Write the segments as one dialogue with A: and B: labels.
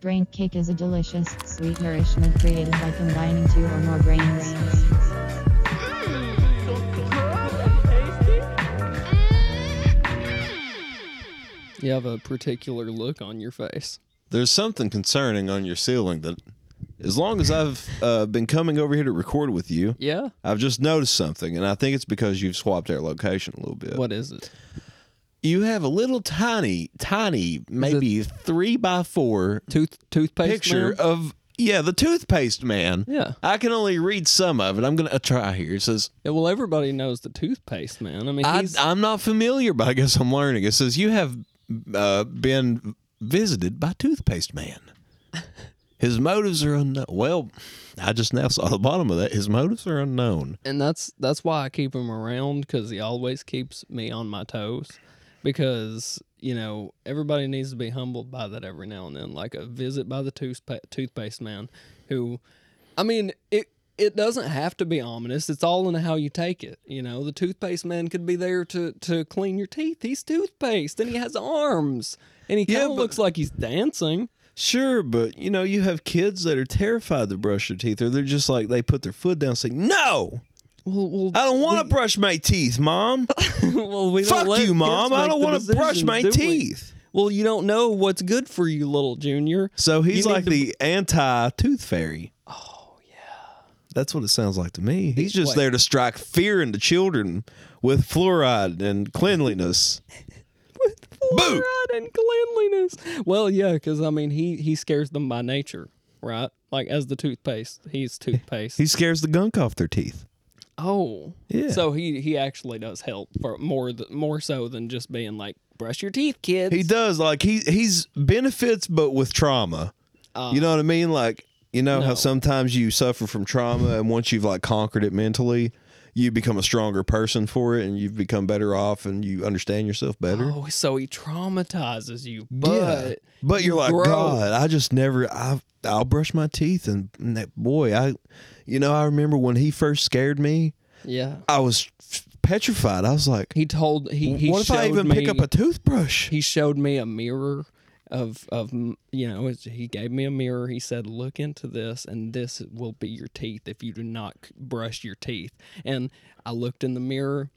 A: Brain cake is a delicious, sweet nourishment created by combining two or more brains.
B: You have a particular look on your face.
C: There's something concerning on your ceiling that, as long as I've uh, been coming over here to record with you,
B: Yeah.
C: I've just noticed something, and I think it's because you've swapped our location a little bit.
B: What is it?
C: You have a little tiny, tiny, maybe three by four
B: Tooth toothpaste.
C: picture
B: man?
C: of yeah, the toothpaste man.
B: Yeah.
C: I can only read some of it. I'm gonna try here. It says
B: Yeah, well, everybody knows the toothpaste man. I mean,
C: I,
B: he's,
C: I'm not familiar, but I guess I'm learning. It says you have uh, been visited by Toothpaste Man. His motives are unknown. Well, I just now saw the bottom of that. His motives are unknown.
B: and that's that's why I keep him around because he always keeps me on my toes. Because you know everybody needs to be humbled by that every now and then, like a visit by the toothpa- toothpaste man, who, I mean, it it doesn't have to be ominous. It's all in how you take it. You know, the toothpaste man could be there to to clean your teeth. He's toothpaste, and he has arms, and he kind
C: Yeah,
B: of
C: but-
B: looks like he's dancing.
C: Sure, but you know, you have kids that are terrified to brush their teeth, or they're just like they put their foot down, saying, "No,
B: Well, well,
C: I don't want to brush my teeth, Mom.
B: well, we don't
C: Fuck
B: let
C: you, Mom.
B: kids
C: I
B: make
C: don't
B: the
C: want to brush
B: decisions,
C: my
B: do we?
C: teeth."
B: Well, you don't know what's good for you, little junior.
C: So he's
B: You need
C: like
B: to-
C: the anti tooth fairy. Oh yeah. That's what it sounds like to me. He's just
B: Wait.
C: there to strike fear into children with fluoride and cleanliness. Boo!
B: Fluoride and cleanliness. Well, yeah, because I mean, he he scares them by nature, right? Like as the toothpaste, he's toothpaste.
C: He scares the gunk off their teeth.
B: oh,
C: Yeah.
B: So he he actually does help for more th- more so than just being like brush your teeth, kids.
C: He does like he he's benefits but with trauma. you know what I mean? Like you know how
B: Uh. No.
C: sometimes you suffer from trauma and once you've like conquered it mentally, you become a stronger person for it and you've become better off and you understand yourself better.
B: Oh, so he traumatizes you,
C: Yeah.
B: but
C: but you're like
B: grow.
C: God. I just never. I I'll brush my teeth and, and that boy. I, you know, I remember when he first scared me.
B: yeah.
C: I was petrified. I was like,
B: He told he he
C: What if I
B: showed
C: even
B: me,
C: pick up a toothbrush?
B: he showed me a mirror of of m- you know it's- he gave me a mirror he said look into this and this will be your teeth if you do not c- brush your teeth and i looked in the mirror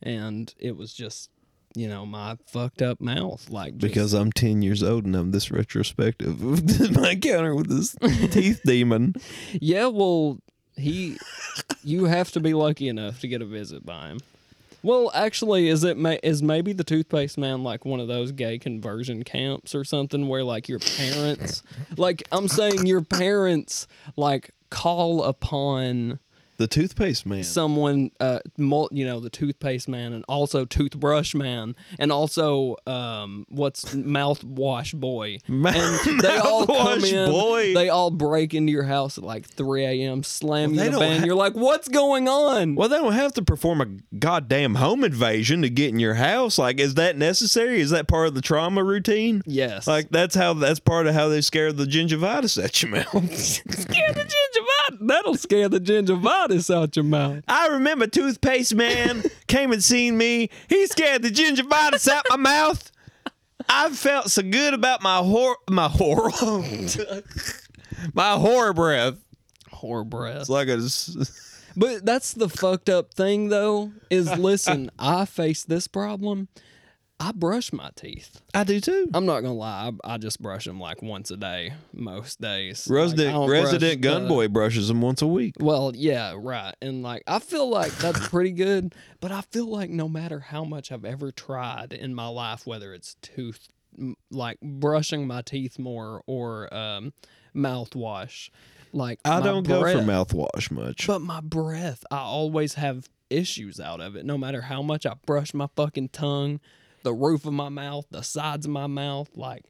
B: and it was just you know my fucked up mouth like just-
C: because I'm ten years old and I'm this retrospective of my encounter with this teeth demon.
B: yeah well he you have to be lucky enough to get a visit by him well actually is it may is maybe the toothpaste man like one of those gay conversion camps or something where like your parents like i'm saying your parents like call upon
C: The toothpaste man.
B: someone uh mul- you know the toothpaste man and also toothbrush man and also um what's mouthwash boy and they all come
C: Mouthwash
B: in
C: boy.
B: they all break into your house at like 3 a.m slam
C: Well, they
B: you in a
C: don't
B: van
C: ha-
B: you're like what's going on
C: well, they don't have to perform a goddamn home invasion to get in your house. Like, is that necessary? Is that part of the trauma routine?
B: yes
C: Like that's how that's part of how they scare the gingivitis at your mouth.
B: scare the gingivitis that'll scare the gingivitis out your mouth
C: I remember Toothpaste Man came and seen me. He scared the gingivitis out my mouth. I felt so good about my hor my horror my horror breath.
B: horror breath
C: It's like a s-
B: But that's the fucked up thing, though, is listen, I face this problem. I brush my teeth.
C: I do too.
B: I'm not gonna lie, I, I just brush them like once a day, most days. Like, I
C: Resident
B: don't brush
C: resident
B: the-
C: gun boy brushes them once a week.
B: Well, yeah, right. And like, I feel like that's pretty good, but I feel like no matter how much I've ever tried in my life, whether it's tooth, m- like brushing my teeth more or um, mouthwash, like
C: I
B: my
C: don't go
B: breath-
C: for mouthwash much.
B: but my breath, I always have issues out of it. No matter how much I brush my fucking tongue, the roof of my mouth, the sides of my mouth, like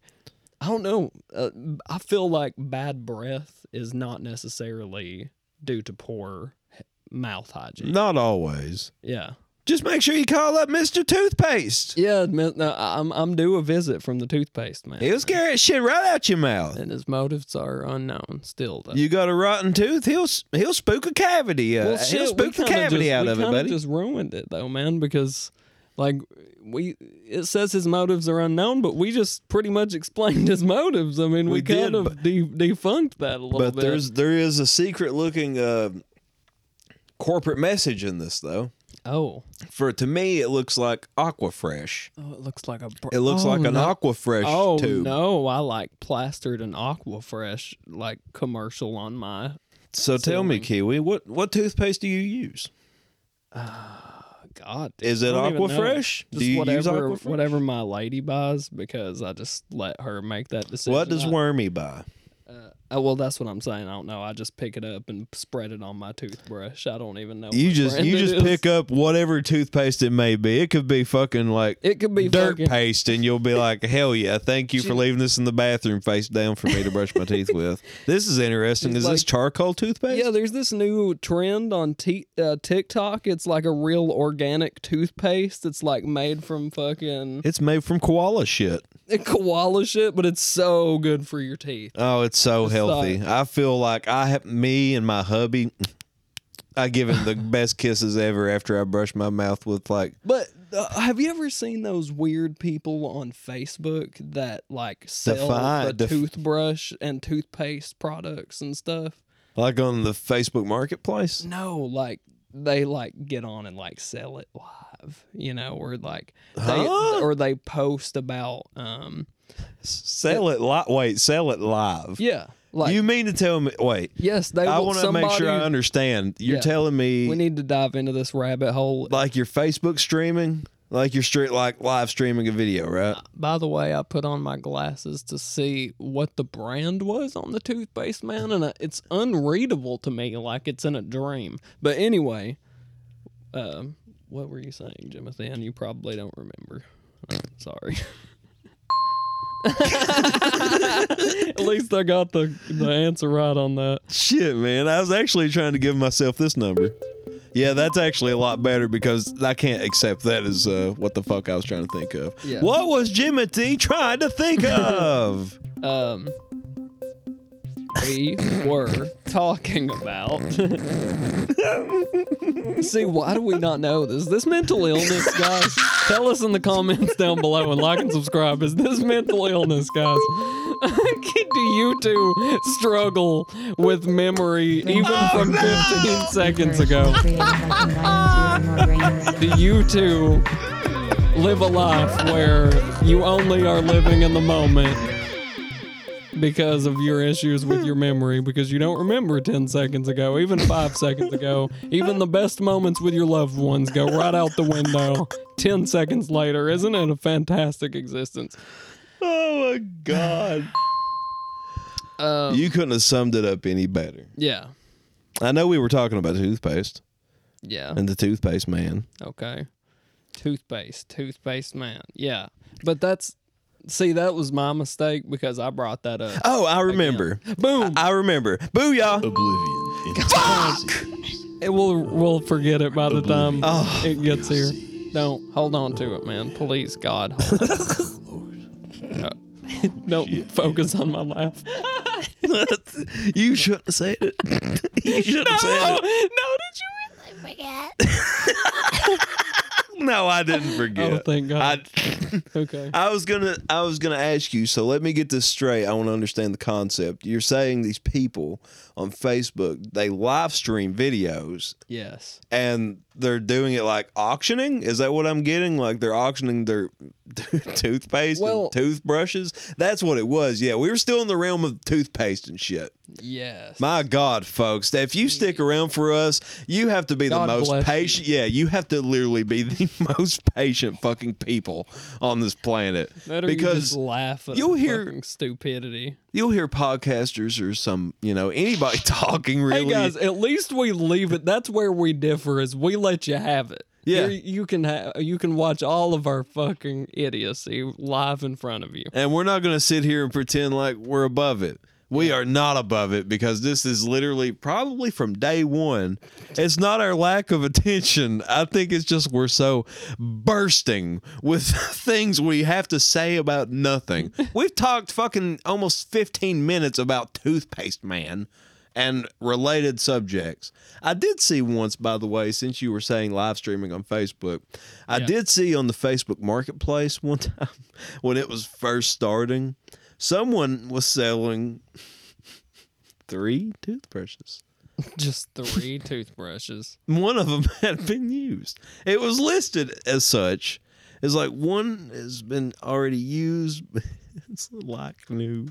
B: I don't know. Uh, I feel like bad breath is not necessarily due to poor h- mouth hygiene.
C: Not always.
B: Yeah,
C: Just make sure you call up Mr. Toothpaste.
B: yeah. admit- No, I- I'm I'm due a visit from the toothpaste man,
C: He'll scare that shit right out your mouth.
B: and his motives are unknown still. Though.
C: You got a rotten tooth, he'll he'll spook a cavity. Uh,
B: Well,
C: he'll
B: shit, we
C: spook the
B: kinda
C: cavity
B: just,
C: out
B: we
C: of it,
B: kinda
C: buddy.
B: Just ruined it though, man, because Like we, it says his motives are unknown, but we just pretty much explained his motives. I mean, we,
C: We did,
B: kind of de- defunct that a little
C: But
B: bit.
C: there's there is a secret looking uh, corporate message in this though.
B: oh,
C: For to me, it looks like Aquafresh.
B: oh, it looks like a. br-
C: It looks
B: oh,
C: like an
B: no.
C: Aquafresh
B: Oh
C: tube.
B: no! I like plastered an Aquafresh like commercial on my
C: So tell me,
B: Ceiling.
C: Kiwi, what what toothpaste do you use?
B: God. dude,
C: Is
B: I
C: it
B: don't even know.
C: Aquafresh?
B: Just
C: Do you use
B: whatever
C: Aquafresh?
B: whatever my lady buys because I just let her make that decision.
C: What does
B: I-
C: Wormy buy?
B: Oh, well, that's what I'm saying. I don't know. I just pick it up and spread it on my toothbrush. I don't even know.
C: You
B: what
C: just
B: brand
C: you
B: it
C: just
B: is.
C: pick up whatever toothpaste it may be. It could be fucking like
B: It could be
C: dirt
B: fucking-
C: paste, and you'll be like, "Hell yeah, thank you for leaving this in the bathroom face down for me to brush my teeth with." This is interesting. Is this
B: like-
C: charcoal toothpaste?
B: Yeah, there's this new trend on t- uh, TikTok. It's like a real organic toothpaste. It's like made from fucking
C: It's made from koala shit.
B: koala shit, but it's so good for your teeth.
C: Oh, it's so healthy. I feel like I have me and my hubby. I give him the best kisses ever after I brush my mouth with like
B: But uh, have you ever seen those weird people on Facebook that like sell
C: Defi-
B: the
C: def-
B: toothbrush and toothpaste products and stuff?
C: like on the Facebook Marketplace.
B: No, like they like get on and like sell it live, you know, or like they
C: Huh?
B: or they post about um
C: Sell it live. Wait, sell it live.
B: yeah, like
C: you mean to tell me? Wait,
B: yes, they
C: I
B: want
C: want to
B: somebody
C: make sure I understand. You're
B: Yeah.
C: telling me
B: we need to dive into this rabbit hole.
C: like your Facebook streaming, like you're straight like live streaming a video, right?
B: By the way, I put on my glasses to see what the brand was on the toothpaste man, and uh, it's unreadable to me, like it's in a dream. But anyway, um, what were you saying, Jimothy? And you probably don't remember. I'm sorry. At least I got the the answer right on that.
C: Shit, man. I was actually trying to give myself this number. Yeah, that's actually a lot better because I can't accept that as uh, what the fuck I was trying to think of.
B: Yeah.
C: What was Jimmy T trying to think of?
B: Um, we were talking about. See, why do we not know this? This mental illness, guys. Tell us in the comments down below and like and subscribe. Is this mental illness, guys? do you two struggle with memory even from 15 seconds ago? Do you two live a life where you only are living in the moment because of your issues with your memory because you don't remember 10 seconds ago even 5 seconds ago even the best moments with your loved ones go right out the window 10 seconds later isn't it a fantastic existence
C: oh my god.
B: um,
C: You couldn't have summed it up any better.
B: yeah
C: I know we were talking about toothpaste
B: yeah
C: and the toothpaste man.
B: Okay. Toothpaste, toothpaste man. Yeah. But that's see, that was my mistake because I brought that up.
C: Oh, I remember.
B: Boom.
C: I remember. Booyah.
D: Oblivion. Fuck!
B: It will we'll forget it by the time
C: Oh.
B: it gets here. Don't hold on to it, man. Please God. hold on. Uh, Don't focus on my laugh.
C: you shouldn't have said it. you shouldn't have said it.
B: did
C: No, I didn't forget.
B: Oh, thank God.
C: I,
B: you? Okay.
C: I was gonna, I was gonna ask you. So let me get this straight. I want to understand the concept. You're saying these people on Facebook they live stream videos
B: Yes.
C: and they're doing it like auctioning. Is that what I'm getting? Like they're auctioning their toothpaste
B: Well-
C: and toothbrushes. That's what it was. Yeah, we were still in the realm of toothpaste and shit.
B: Yes.
C: My God, folks, if you stick around for us, you have to be
B: God
C: the
B: bless
C: most patient. Yeah, you have to literally be the most patient fucking people on this planet.
B: Better you just
C: because
B: laugh at
C: you'll
B: the
C: hear-
B: fucking stupidity.
C: you will hear podcasters or some, you know, anybody talking really.
B: Hey guys, at least we leave it. That's where we differ. Is we let you have it.
C: Yeah.
B: Here you can have. You can watch all of our fucking idiocy live in front of you.
C: and we're not going to sit here and pretend like we're above it. We are not above it because this is literally probably from day one. It's not our lack of attention. I think it's just we're so bursting with things we have to say about nothing. We've talked fucking almost 15 minutes about toothpaste, man. and related subjects. I did see once, by the way, since you were saying live streaming on Facebook, I
B: Yeah.
C: did see on the Facebook Marketplace one time when it was first starting, someone was selling three toothbrushes.
B: Just three toothbrushes.
C: One of them had been used. It was listed as such. It's like one has been already used. but It's like new.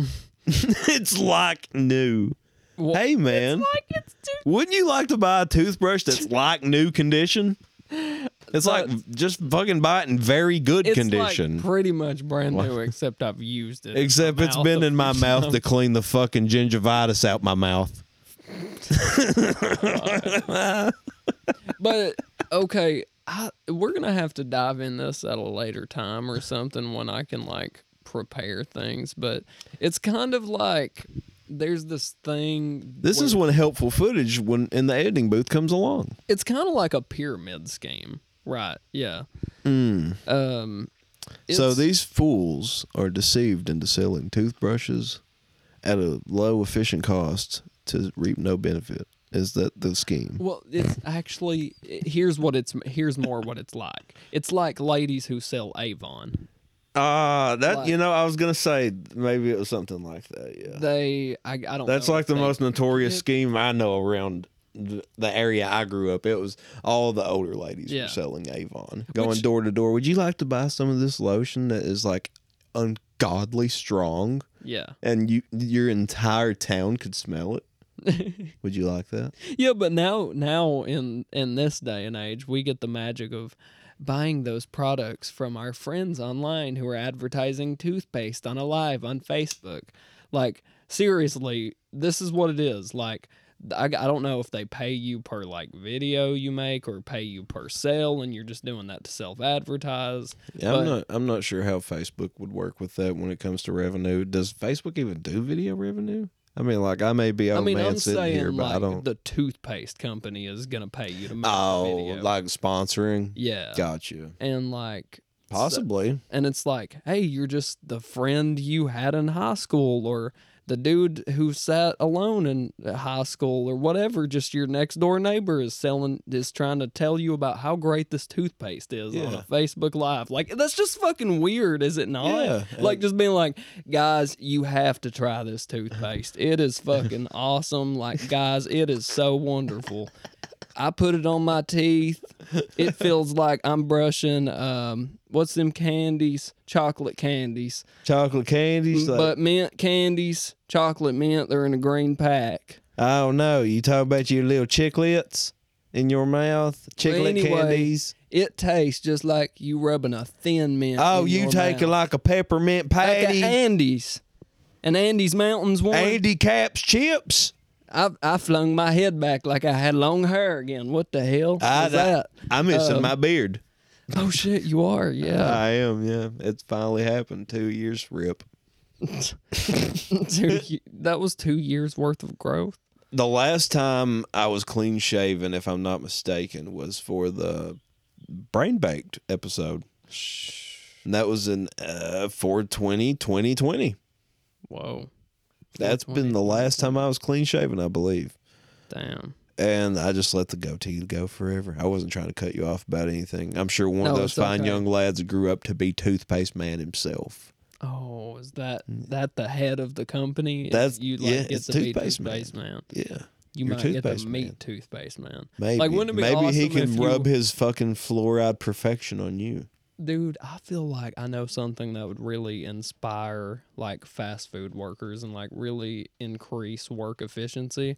C: it's like new.
B: Hmm. Well,
C: hey man,
B: Like it's tooth-
C: wouldn't you like to buy a toothbrush that's like new condition? It's like just fucking buy it in very good
B: it's
C: condition.
B: like pretty much brand new, except I've used it. in my
C: Except it's
B: mouth
C: been
B: a
C: in my
B: few
C: mouth
B: times.
C: to clean the fucking gingivitis out my mouth.
B: But okay, I, we're gonna have to dive in this at a later time or something when I can like prepare things. But it's kind of like there's this thing.
C: This
B: where-
C: is when helpful footage when in the editing booth comes along.
B: it's kind of like a pyramid scheme, right? Yeah. Um.
C: Hmm. so
B: it's-
C: these fools are deceived into selling toothbrushes at a low efficient cost to reap no benefit. Is that the scheme?
B: Well, it's actually here's what it's here's more what it's like. It's like ladies who sell Avon.
C: Ah, that
B: you
C: know, I was gonna say maybe it was something like that. Yeah,
B: They I, I don't. know if they-
C: notorious scheme I know around the area I grew up. It was all the older ladies
B: were Yeah.
C: selling Avon,
B: going Which-
C: door to door. Would you like to buy some of this lotion that is like ungodly strong?
B: Yeah.
C: and you your entire town could smell it. Would you like that?
B: Yeah, but now now in in this day and age, we get the magic of buying those products from our friends online who are advertising toothpaste on a live on Facebook. Like seriously, this is what it is. Like I, I don't know if they pay you per like video you make or pay you per sale and you're just doing that to self advertise.
C: Yeah,
B: But-
C: I'm not. I'm not sure how Facebook would work with that when it comes to revenue. Does Facebook even do video revenue? I mean, like I may be
B: I
C: old
B: mean,
C: man
B: I'm
C: sitting
B: saying
C: here, but
B: like
C: I don't.
B: the toothpaste company is going to pay you to make
C: oh,
B: the video.
C: like sponsoring.
B: yeah.
C: Gotcha.
B: And like
C: Possibly.
B: and it's like, hey, you're just the friend you had in high school, or the dude who sat alone in high school, or whatever. Just your next door neighbor is selling, is trying to tell you about how great this toothpaste is on
C: Yeah.
B: a Facebook Live. Like that's just fucking weird, is it not?
C: Yeah,
B: Like just being like, guys, you have to try this toothpaste. It is fucking awesome. Like guys, it is so wonderful. I put it on my teeth. It feels like I'm brushing um what's them candies? Chocolate candies.
C: Chocolate candies. Like,
B: but mint candies, chocolate mint, they're in a green pack.
C: I don't know. You talk about your little chiclets in your mouth. Chiclet
B: anyway,
C: candies.
B: It tastes just like you rubbing a thin mint.
C: Oh,
B: in
C: you
B: your
C: taking
B: mouth.
C: like a peppermint
B: Like a
C: patty.
B: Andes. An Andes Mountains one.
C: Andy Caps chips.
B: I I flung my head back like I had long hair again. What the hell
C: I,
B: is that?
C: am missing
B: Um,
C: my beard.
B: Oh shit, you are. Yeah,
C: I am, yeah. It's finally happened. Two years rip.
B: Dude, you- that was two years worth of growth.
C: The last time I was clean shaven, if I'm not mistaken, was for the Brain Baked episode. And that was in uh, 420 2020.
B: Whoa,
C: That's been the last time I was clean shaven, I believe.
B: damn.
C: And I just let the goatee go forever. I wasn't trying to cut you off about anything. I'm sure one of
B: No,
C: those
B: it's
C: fine
B: okay.
C: young lads grew up to be toothpaste man himself.
B: Oh, is that that the head of the company? And
C: That's-
B: you like
C: yeah,
B: get
C: it's
B: to be
C: Toothpaste Man.
B: toothpaste man.
C: Yeah.
B: You
C: You're
B: might get
C: Toothpaste
B: the
C: Man.
B: meat toothpaste man.
C: Maybe.
B: Like, wouldn't it be
C: Maybe he
B: awesome
C: can
B: if you-
C: rub his fucking fluoride perfection on you.
B: Dude, I feel like I know something that would really inspire like fast food workers and like really increase work efficiency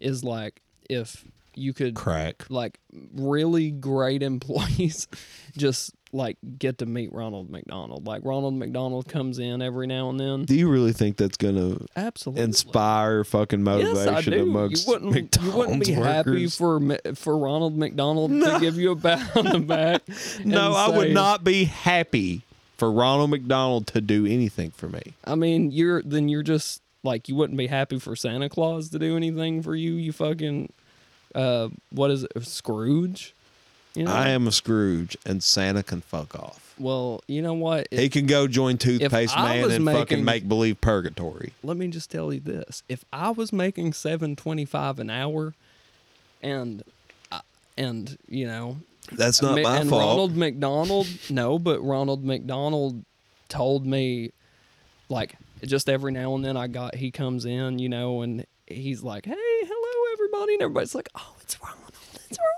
B: is like if you could
C: Crack.
B: like really great employees just like get to meet Ronald McDonald. Like Ronald McDonald comes in every now and then.
C: Do you really think that's gonna
B: Absolutely.
C: inspire fucking
B: Yes, I
C: motivation
B: do.
C: amongst
B: you wouldn't,
C: McDonald's
B: you wouldn't be happy
C: workers?
B: for Ma- for Ronald McDonald to give you a pat on the back. and
C: no, I would
B: say-
C: not be happy for Ronald McDonald to do anything for me.
B: I mean, you're then you're just like you wouldn't be happy for Santa Claus to do anything for you. You fucking uh, what is it, Scrooge? You know?
C: I am a Scrooge, and Santa can fuck off.
B: Well, you know what? If-
C: He can go join Toothpaste
B: I
C: Man
B: was
C: and
B: making-
C: fucking make believe purgatory.
B: let me just tell you this: if I was making seven twenty-five an hour, and I- and you know,
C: That's not
B: Ma-
C: my
B: and
C: fault.
B: Ronald McDonald, no, but Ronald McDonald told me, like, just every now and then I got he comes in, you know, and he's like, "Hey, hello, everybody," and everybody's like, "Oh, it's Ronald, it's Ronald."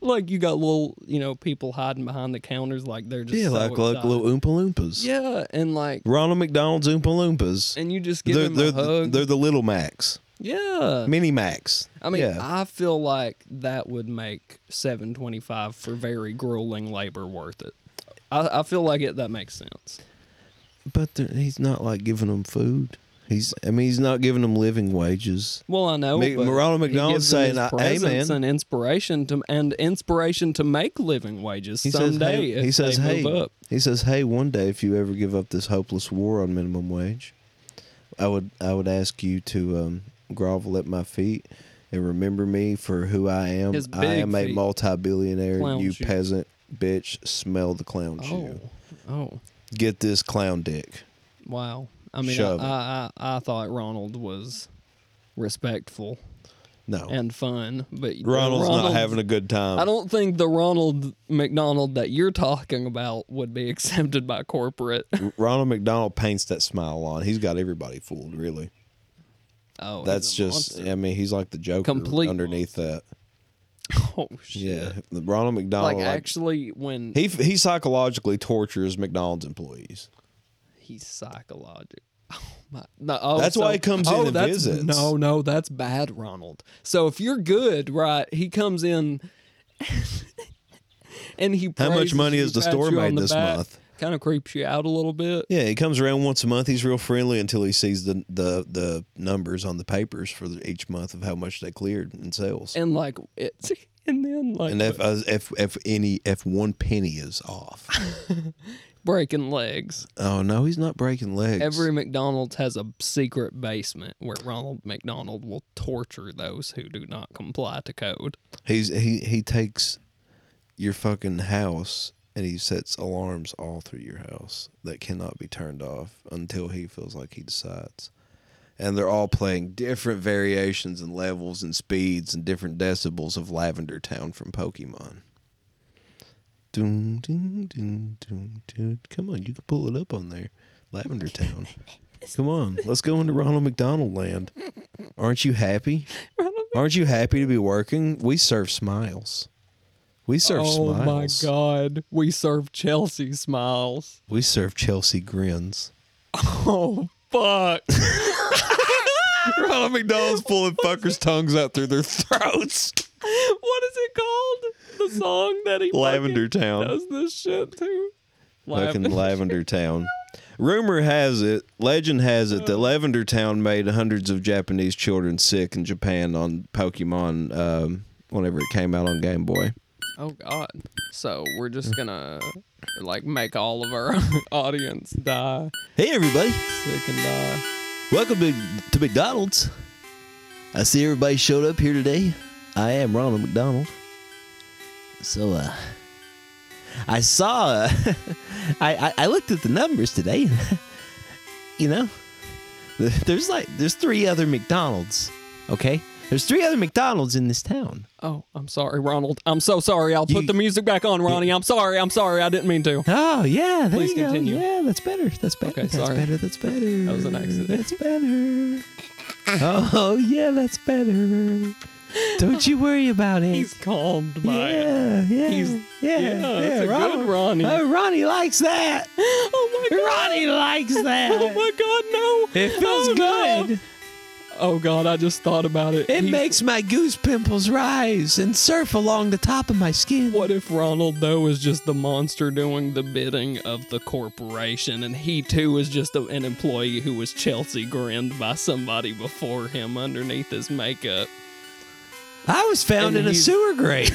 B: Like you got little, you know, people hiding behind the counters, like they're just
C: yeah,
B: so
C: like, like
B: excited.
C: little Oompa Loompas.
B: yeah, and like,
C: Ronald McDonald's Oompa Loompas.
B: and you just give
C: they're,
B: him
C: they're,
B: a
C: the,
B: hug.
C: they're the little Max,
B: yeah,
C: mini Max.
B: I mean,
C: yeah.
B: I feel like that would make seven twenty five for very grueling labor worth it. I, I feel like it that makes sense.
C: but they're- he's not like giving them food. He's, I mean, he's not giving them living wages.
B: Well, I know.
C: Me-
B: but
C: Ronald
B: he
C: McDonald
B: gives them
C: saying,
B: his
C: uh,
B: presence
C: "Amen."
B: and inspiration to and inspiration to make living wages
C: He says,
B: someday.
C: hey,
B: if
C: he says,
B: they
C: hey,
B: move up.
C: he says, hey, one day if you ever give up this hopeless war on minimum wage, I would, I would ask you to um, grovel at my feet and remember me for who I am.
B: His
C: I
B: big
C: am a
B: feet.
C: multi-billionaire.
B: Clown
C: you
B: shoe.
C: peasant bitch, smell the clown shoe.
B: Oh, oh,
C: Get this clown dick.
B: wow. I mean, I,
C: Shove it.
B: I, I I thought Ronald was respectful
C: No,
B: and fun, but
C: Ronald's
B: Ronald,
C: not having a good time.
B: I don't think the Ronald McDonald that you're talking about would be accepted by corporate.
C: Ronald McDonald paints that smile on. He's got everybody fooled, really.
B: Oh, he's
C: That's
B: a
C: just,
B: monster.
C: I mean, he's like the Joker
B: Complete
C: underneath that.
B: oh shit.
C: Yeah, the Ronald McDonald.
B: Like
C: Like,
B: actually, when
C: he he psychologically tortures McDonald's employees.
B: he's psychological. Oh my! No, oh,
C: That's
B: so-
C: why he comes in
B: oh,
C: and
B: that's-
C: visits.
B: No, no, that's bad, Ronald. So if you're good, right? He comes in, and he.
C: How much
B: praises
C: money
B: you,
C: has the
B: pats
C: store
B: you on
C: made
B: the
C: this
B: back,
C: month?
B: Kind of creeps you out a little bit.
C: Yeah, he comes around once a month. He's real friendly until he sees the the, the numbers on the papers for the, each month of how much they cleared in sales.
B: and like it's and then like
C: And if uh, if if any if one penny is off,
B: breaking legs.
C: oh no, he's not breaking legs.
B: Every McDonald's has a secret basement where Ronald McDonald will torture those who do not comply to code.
C: He's he he takes your fucking house and he sets alarms all through your house that cannot be turned off until he feels like he decides. And they're all playing different variations and levels and speeds and different decibels of Lavender Town from Pokemon. Doom, doom, doom, doom, doom. Come on, you can pull it up on there. Lavender Town. Come on, let's go into Ronald McDonald land. Aren't you happy? Aren't you happy to be working? We serve smiles. We serve
B: oh
C: smiles.
B: my god, we serve Chelsea smiles.
C: We serve Chelsea grins.
B: Oh fuck.
C: Ronald McDonald's pulling fuckers' tongues out through their throats.
B: what is it called? The song that he
C: Lavender
B: fucking
C: Town.
B: does this shit to.
C: Fucking
B: Lav-
C: Lavender Town. Rumor has it, legend has it, that Lavender Town made hundreds of Japanese children sick in Japan on Pokemon um, whenever it came out on Game Boy.
B: Oh god. So we're just gonna like make all of our audience die,
C: Hey, everybody.
B: sick and die.
C: Welcome to, to McDonald's. I see everybody showed up here today. I am Ronald McDonald. So, uh, I saw, uh, I, I, I looked at the numbers today. you know, there's like, there's three other McDonald's, okay? There's three other McDonald's in this town.
B: Oh, I'm sorry, Ronald. I'm so sorry. I'll put
C: You-
B: the music back on, Ronnie. I'm sorry. I'm sorry. I didn't mean to.
C: Oh, yeah, there
B: Please
C: you go.
B: continue.
C: Yeah, that's better. That's better.
B: Okay,
C: that's
B: sorry.
C: better. That's better.
B: That was an accident.
C: That's better. oh, yeah, that's better. Don't you worry about it.
B: He's calmed by it.
C: yeah, yeah,
B: He's-
C: yeah,
B: yeah, that's a good
C: Ronald-
B: Ronnie.
C: Oh, Ronnie likes that.
B: Oh my god.
C: Ronnie likes that.
B: Oh my god, no.
C: It feels
B: Oh, no.
C: good.
B: Oh god, I just thought about it.
C: It
B: He-
C: makes my goose pimples rise and surf along the top of my skin.
B: What if Ronald though is just the monster doing the bidding of the corporation, and he too is just a, an employee who was Chelsea grinned by somebody before him underneath his makeup?
C: I was found
B: And
C: in a
B: he's-
C: sewer grate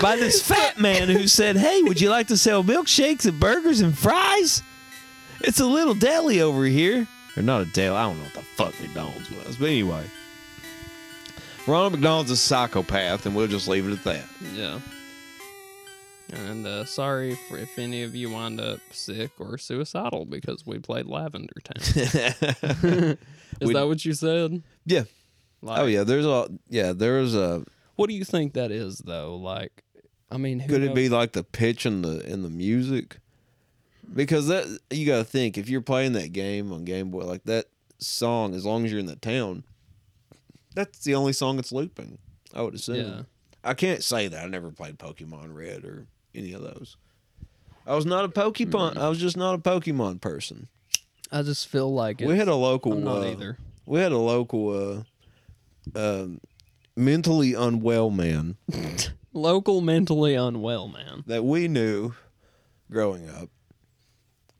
C: by this fat man who said, Hey, would you like to sell milkshakes and burgers and fries? It's a little deli over here. Or not a deli. I don't know what the fuck McDonald's was. But anyway, Ronald McDonald's a psychopath, and we'll just leave it at that.
B: Yeah. And uh, sorry for if any of you wind up sick or suicidal because we played Lavender Town. Is
C: We-
B: that what you said?
C: yeah.
B: Like,
C: Oh yeah. There's a yeah. There's a.
B: What do you think that is though? Like, I mean, who
C: Could it
B: knows?
C: be like the pitch and the and the music? Because that you got to think if you're playing that game on Game Boy like that song, as long as you're in the town, that's the only song it's looping. I would assume.
B: Yeah.
C: I can't say that I never played Pokemon Red or any of those. I was not a
B: Mm.
C: Pokemon. I was just not a Pokemon person.
B: I just feel like
C: We
B: it's-
C: had a local.
B: I'm not
C: uh,
B: either.
C: We had a local, uh, um, mentally unwell man
B: local mentally unwell man.
C: that we knew growing up,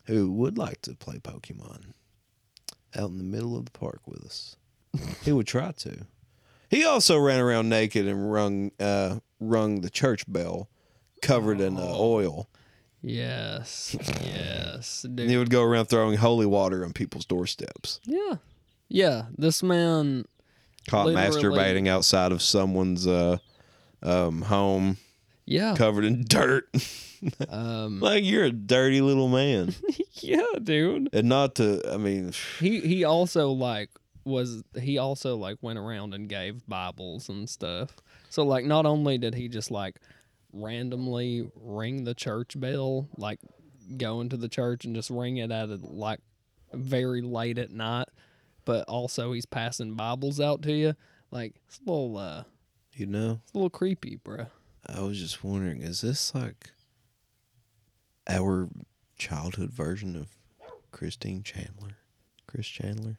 C: who would like to play Pokemon out in the middle of the park with us. he would try to. He also ran around naked and rung uh, rung the church bell, covered in uh, oil.
B: Yes, yes,
C: And he
B: dude.
C: would go around throwing holy water on people's doorsteps,
B: Yeah, yeah. This man,
C: caught
B: Literally.
C: masturbating outside of someone's uh, um, home,
B: yeah,
C: covered in dirt.
B: um,
C: like you're a dirty little man,
B: yeah, dude.
C: and not to. I mean,
B: he he also like was he also like went around and gave bibles and stuff so like not only did he just like randomly ring the church bell like go into the church and just ring it at a, like very late at night but also he's passing bibles out to you like it's a little uh
C: you know.
B: it's a little creepy bruh
C: I was just wondering, is this like our childhood version of Christine Chandler? Chris Chandler?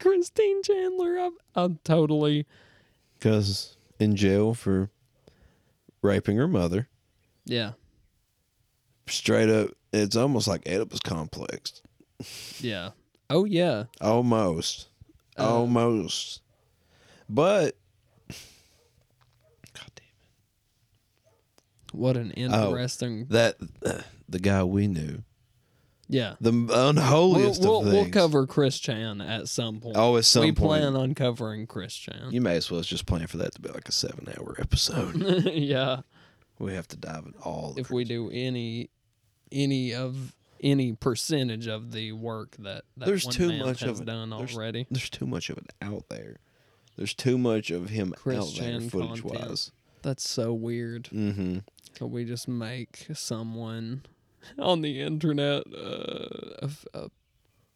B: christine chandler i'm, I'm totally
C: Because in jail for raping her mother,
B: yeah
C: straight up, it's almost like Oedipus complex.
B: yeah oh yeah
C: Almost.
B: Uh,
C: Almost. But. God damn it.
B: what an interesting
C: That, uh, the guy we knew,
B: yeah
C: the unholiest
B: we'll, we'll,
C: of things.
B: we'll cover Chris Chan at some point.
C: Oh, at some
B: we
C: point.
B: plan on covering Chris Chan.
C: You may as well just plan for that to be like a seven hour episode.
B: yeah,
C: We have to dive in all.
B: if we do any, any of any percentage of the work that, that
C: there's
B: one
C: too
B: man
C: much
B: has
C: of it
B: done
C: there's,
B: already.
C: There's too much of it out there. There's too much of him out there,
B: Christian
C: footage
B: content.
C: wise.
B: That's so weird.
C: Mm-hmm.
B: Could we just make someone on the internet uh, a, f- a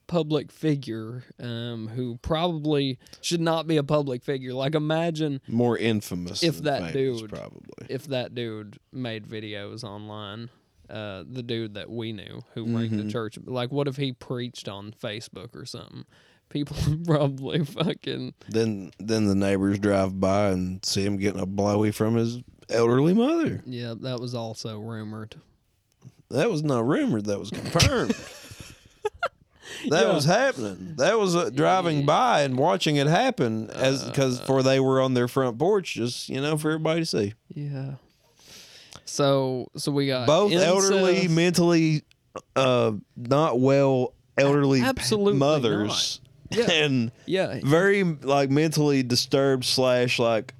B: public figure um, who probably should not be a public figure? Like, imagine
C: More infamous.
B: If
C: than
B: that
C: famous,
B: dude-
C: probably.
B: if that dude made videos online, uh, the dude that we knew who rang the church, like, what if he preached on Facebook or something? People would probably fucking
C: Then then the neighbors drive by and see him getting a blowy from his elderly mother.
B: yeah, that was also rumored.
C: That was not rumored. That was confirmed. That
B: Yeah.
C: was happening. That was uh, driving by and watching it happen, as
B: Uh.
C: because for they were on their front porch, just you know, for everybody to see.
B: Yeah. So so we got
C: both elderly,
B: incest.
C: mentally uh, not well, elderly
B: A- absolutely
C: mothers,
B: not. Yeah.
C: and
B: Yeah.
C: very like mentally disturbed slash like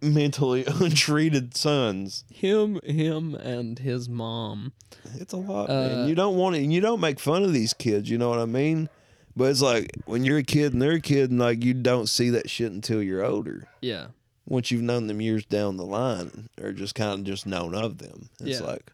C: mentally untreated sons.
B: Him him and his mom.
C: It's a lot,
B: Uh,
C: man. You don't want it, and you don't make fun of these kids. You know what I mean? But it's like when you're a kid and they're a kid, and like you don't see that shit until you're older.
B: Yeah.
C: once you've known them years down the line or just kind of just known of them it's
B: Yeah.
C: like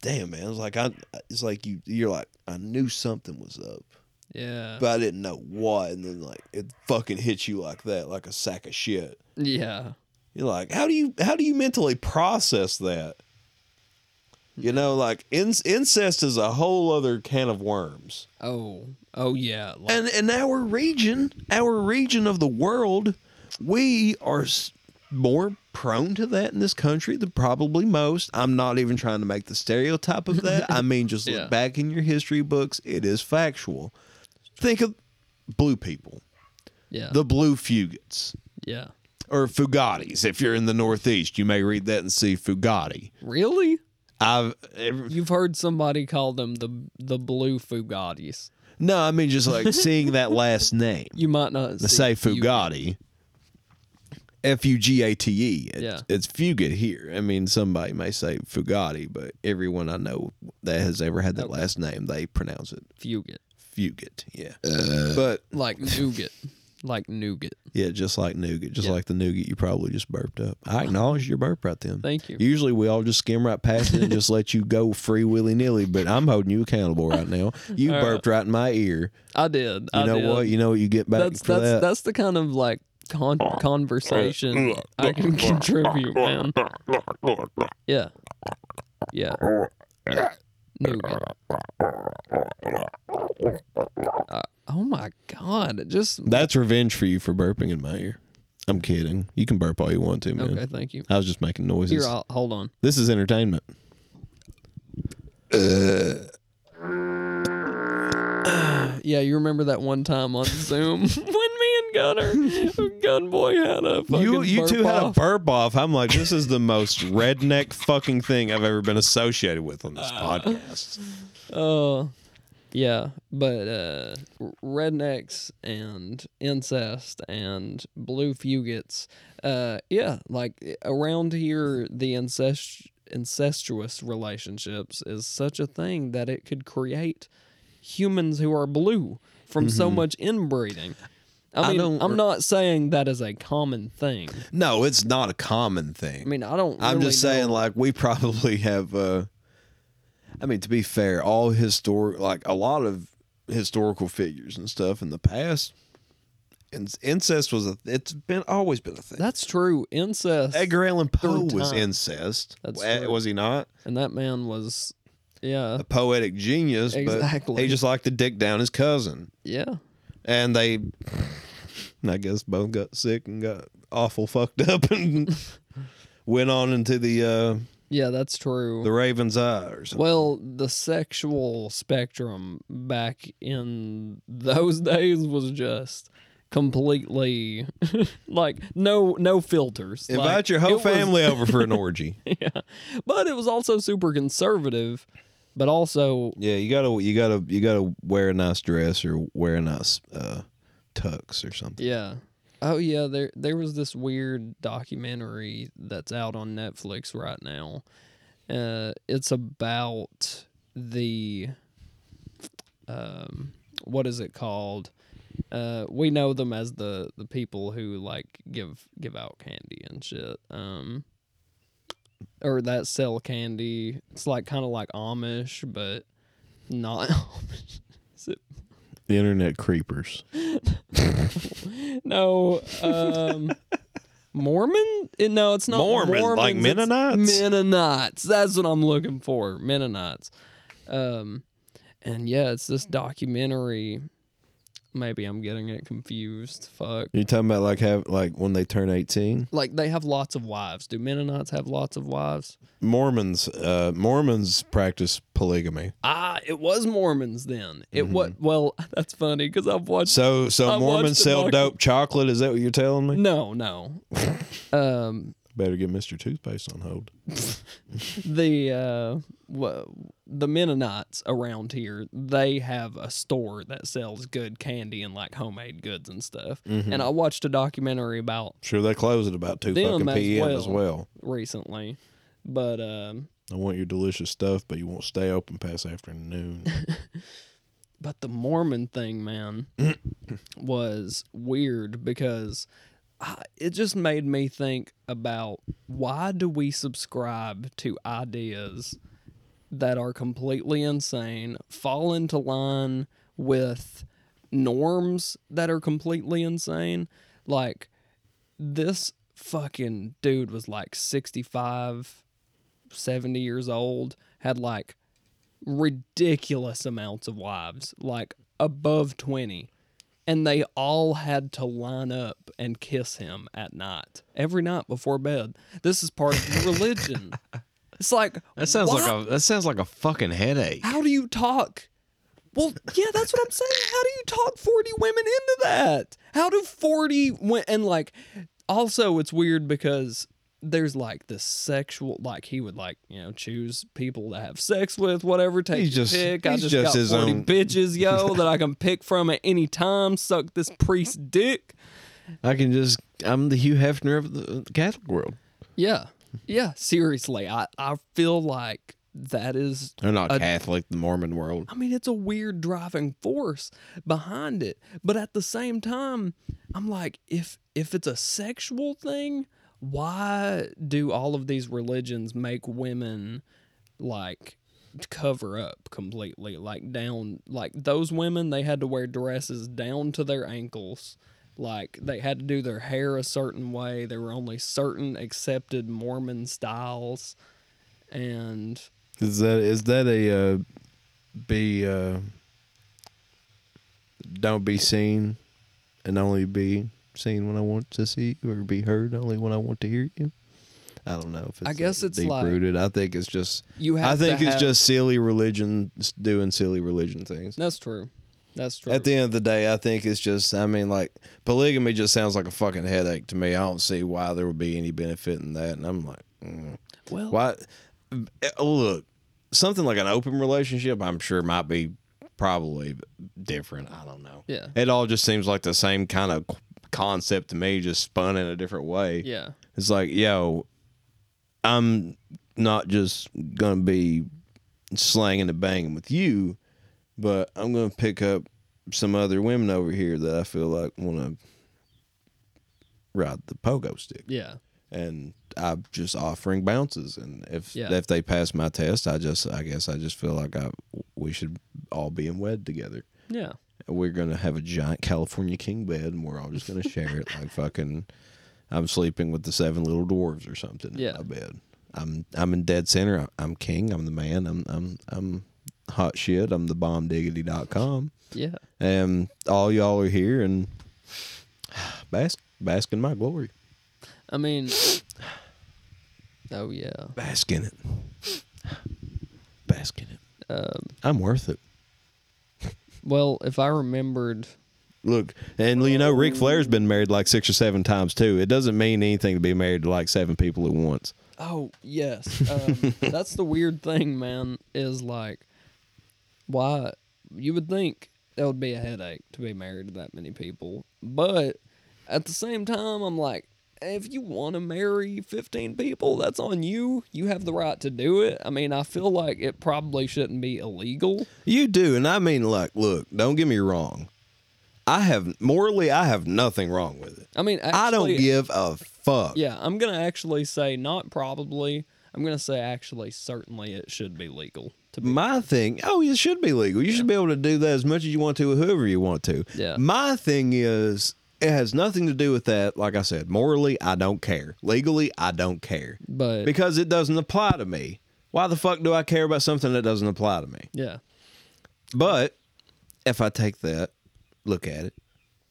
C: damn man it's like i it's like you you're like i knew something was up
B: Yeah.
C: but i didn't know what and then like it fucking hits you like that like a sack of shit
B: yeah.
C: you're like how do you how do you mentally process that you know like in, incest is a whole other can of worms
B: Oh. Oh yeah. Like,
C: and in our region, our region of the world, we are s- more prone to that in this country than probably most. I'm not even trying to make the stereotype of that. I mean, just look
B: Yeah.
C: back in your history books; it is factual. Think of blue people,
B: yeah.
C: the blue fugates
B: yeah.
C: or fugatis. If you're in the Northeast, you may read that and see fugati.
B: Really?
C: I've every,
B: You've heard somebody call them the the blue Fugatis.
C: no, I mean just like seeing that last name.
B: You might not
C: the
B: see
C: say
B: you-
C: Fugati. F U G A T E. It's-
B: Yeah.
C: It's fugate here. I mean, somebody may say Fugati, but everyone I know that has ever had that last name, they pronounce it
B: Fugit.
C: fugate. Yeah.
B: Uh.
C: but
B: Like nougat. like nougat.
C: yeah, just like nougat, just
B: Yeah.
C: like the nougat you probably just burped up. I acknowledge your burp right then.
B: Thank you.
C: Usually we all just skim right past it and just let you go free willy nilly, but I'm holding you accountable right now. You
B: All right.
C: burped right in my ear.
B: I did.
C: You
B: I
C: know
B: did.
C: what? You know what you get back
B: that's
C: for
B: that's
C: that.
B: that's the kind of like con- conversation I can contribute, man. Yeah, yeah. Nougat. Uh, oh my god! It just
C: That's revenge for you for burping in my ear. I'm kidding. You can burp all you want to, man.
B: okay. Thank you.
C: I was just making noises.
B: Here, I'll, hold on.
C: This is entertainment.
B: Yeah, you remember that one time on Zoom when me and Gunner, Gunboy had a fucking
C: You you
B: burp
C: two had a
B: off.
C: burp off. I'm like, this is the most redneck fucking thing I've ever been associated with on this podcast.
B: Oh, yeah, but uh, r- rednecks and incest and blue fugates. Uh, yeah, like i- around here, the incest incestuous relationships is such a thing that it could create humans who are blue from so much inbreeding. I
C: Mm-hmm. I
B: mean,
C: don't
B: I'm
C: re-
B: not saying that is a common thing.
C: No, it's not a common
B: I
C: thing.
B: mean, I don't.
C: I'm
B: really
C: just saying,
B: know-
C: like, we probably have. Uh, I mean, to be fair, all historic, like a lot of historical figures and stuff in the past, inc- incest was a. It's been always been a thing.
B: that's true. Incest,
C: Edgar Allan Poe
B: Third
C: was
B: time.
C: incest.
B: That's
C: Wa-
B: true.
C: Was he not
B: and that man was, yeah,
C: a poetic genius? But
B: Exactly.
C: he just liked to dick down his cousin,
B: yeah.
C: and they, I guess, both got sick and got awful fucked up and went on into the uh,
B: Yeah, that's true.
C: the Raven's Eye or something.
B: Well, the sexual spectrum back in those days was just completely like no no filters.
C: Invite
B: Like,
C: your whole
B: it was-
C: family over for an orgy.
B: yeah. But it was also super conservative, but also
C: Yeah, you gotta you gotta you gotta wear a nice dress or wear a nice uh, tux or something.
B: yeah. Oh yeah, there there was this weird documentary that's out on Netflix right now. Uh it's about the um what is it called? Uh, we know them as the the people who like give give out candy and shit. Um, or that sell candy. It's like kind of like Amish, but not Amish. Is it
C: The internet creepers.
B: no, um, Mormon? Eh, No, it's not
C: Mormon,
B: Mormons,
C: like
B: it's
C: Mennonites?
B: Mennonites. That's what I'm looking for. Mennonites. Um, and yeah, it's this documentary. Maybe I'm getting it confused. Fuck.
C: You're talking about like have like when they turn eighteen.
B: Like they have lots of wives. Do Mennonites have lots of wives?
C: Mormons, uh, Mormons practice polygamy.
B: Ah, it was Mormons then. It was well. That's funny because I've watched
C: Mm-hmm. So, so
B: I
C: Mormons
B: watched a
C: sell
B: docu-
C: dope chocolate. Is that what you're telling me?
B: No, no. um,
C: Better get Mister Toothpaste on hold.
B: the uh, wha- the Mennonites around here, they have a store that sells good candy and like homemade goods and stuff. And I watched a documentary about
C: Sure, they close at about two
B: Them
C: fucking
B: as
C: p.m.
B: well.
C: as well.
B: recently, but um,
C: I want your delicious stuff, but you won't stay open past after noon.
B: but the Mormon thing, man, was weird because I, it just made me think about why do we subscribe to ideas that are completely insane, fall into line with norms that are completely insane, like this fucking dude was like 65 70 years old had like ridiculous amounts of wives, like above 20. And they all had to line up and kiss him at night, every night before bed. This is part of the religion. It's like,
E: That sounds
B: what?
E: like a that sounds like a fucking headache.
B: How do you talk? Well, yeah, that's what I'm saying. How do you talk 40 women into that? How do 40 wo- and like also it's weird because there's like this sexual like he would like, you know, choose people to have sex with, whatever, take
C: He's
B: your
C: just-
B: pick. I
C: he's
B: just,
C: just
B: got
C: his
B: 40
C: own-
B: bitches, yo, that I can pick from at any time, suck this priest's dick.
C: I can just, I'm the Hugh Hefner of the Catholic world.
B: Yeah. Yeah. Seriously. I, I feel like that is
C: They're not Catholic, the Mormon world.
B: I mean, it's a weird driving force behind it. But at the same time, I'm like, if if it's a sexual thing, why do all of these religions make women like cover up completely? Like down like those women, they had to wear dresses down to their ankles. Like they had to do their hair a certain way. There were only certain accepted Mormon styles. And
C: Is that is that a uh, be uh, don't be seen and only be seen when I want to see you or be heard only when I want to hear you? I don't know if it's
B: I guess it's
C: deep
B: like-
C: rooted. I think it's just
B: You
C: I
B: have to
C: think it's
B: have-
C: just silly religion s- doing silly religion things.
B: that's true. That's true.
C: At the end of the day, I think it's just I mean like polygamy just sounds like a fucking headache to me. I don't see why there would be any benefit in that, and I'm like. mm.
B: well,
C: Why? uh, Look, something like an open relationship, I'm sure might be probably different. I don't know.
B: Yeah.
C: It all just seems like the same kind of concept to me, just spun in a different way.
B: Yeah.
C: It's like, yo, I'm not just gonna be slanging and banging with you, but I'm gonna pick up some other women over here that I feel like want to ride the pogo stick
B: Yeah.
C: and I'm just offering bounces. And if
B: Yeah.
C: if they pass my test, I just I guess I just feel like I we should all be in wed together.
B: Yeah.
C: We're gonna have a giant California king bed, and we're all just gonna share it like fucking. I'm sleeping with the seven little dwarves or something
B: Yeah.
C: in my bed. I'm I'm in dead center. I- I'm king. I'm the man. I'm I'm I'm hot shit. I'm the bombdiggity.com.
B: Yeah.
C: And all y'all are here and bask bask in my glory.
B: I mean, oh yeah.
C: Bask in it. Bask in it. I'm worth it.
B: Um, Well, if I remembered,
C: Look, and you know, Ric Flair's been married like six or seven times too. It doesn't mean anything to be married to like seven people at once.
B: oh yes, um, that's the weird thing, man. Is like, why you would think that would be a headache to be married to that many people, but at the same time, I'm like. If you want to marry 15 people, that's on you. You have the right to do it. I mean, I feel like it probably shouldn't be illegal.
C: You do, and I mean, like, look, don't get me wrong. I have morally, I have nothing wrong with it.
B: I mean, actually,
C: I don't give a fuck.
B: Yeah, I'm gonna actually say not probably. I'm gonna say actually certainly it should be legal to be.
C: My thing, oh, it should be legal. You should be able to do that as much as you want to with whoever you want to.
B: Yeah.
C: My thing is, it has nothing to do with that. Like I said, morally, I don't care. Legally, I don't care.
B: But
C: because it doesn't apply to me. Why the fuck do I care about something that doesn't apply to me?
B: yeah,
C: But if I take that, look at it,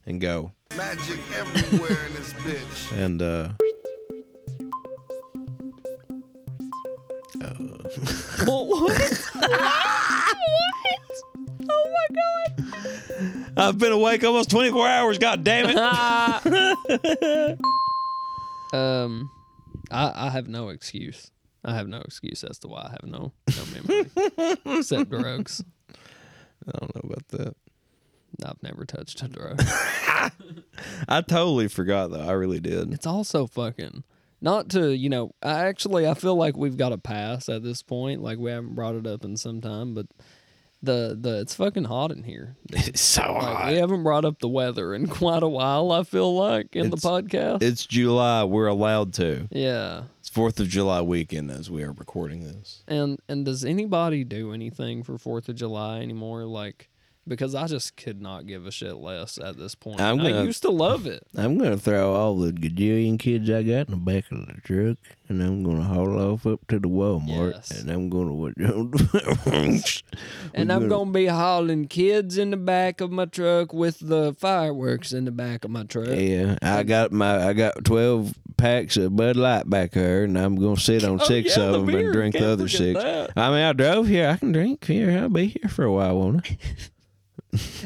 C: and go,
F: Magic everywhere in this bitch.
C: and uh,
B: well, what?
C: I've been awake almost twenty four hours. God damn it!
B: um, I I have no excuse. I have no excuse as to why I have no no memory except drugs.
C: I don't know about that.
B: I've never touched a drug.
C: I totally forgot though. I really did.
B: It's also fucking not to you know. I actually I feel like we've got a pass at this point. Like we haven't brought it up in some time, but the the it's fucking hot in here.
C: It's so
B: Like, we haven't brought up the weather in quite a while, I feel like, in
C: It's-
B: the podcast.
C: It's July. We're allowed to.
B: yeah.
C: It's Fourth of July weekend as we are recording this.
B: And and does anybody do anything for 4th of July anymore? Like, because I just could not give a shit less at this point.
C: I'm
B: And I
C: gonna-
B: used to love it.
C: I'm gonna throw all the gajillion kids I got in the back of the truck, and I'm gonna haul off up to the Walmart,
B: Yes.
C: and I'm gonna.
B: And I'm going to be hauling kids in the back of my truck with the fireworks in the back of my truck.
C: Yeah, I got my I got twelve packs of Bud Light back here, and I'm gonna sit on
B: Oh,
C: six
B: yeah,
C: of
B: the
C: them
B: beer.
C: and drink the
B: Can't
C: other
B: forget
C: six.
B: that.
C: I mean, I drove here. I can drink here. I'll be here for a while, won't I?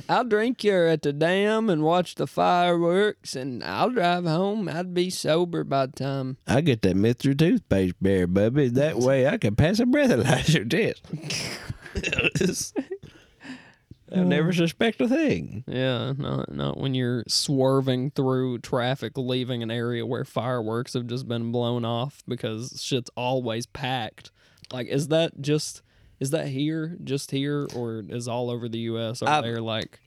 B: I'll drink here at the dam and watch the fireworks, and I'll drive home. I'd be sober by the time.
C: I get that Mister Toothpaste bear, Bubby. That way, I can pass a breathalyzer test. I never suspect a thing.
B: Yeah, not not when you're swerving through traffic, leaving an area where fireworks have just been blown off because shit's always packed. Like, is that just is that here, just here, or is all over the U.S. Are
C: I've-
B: there like?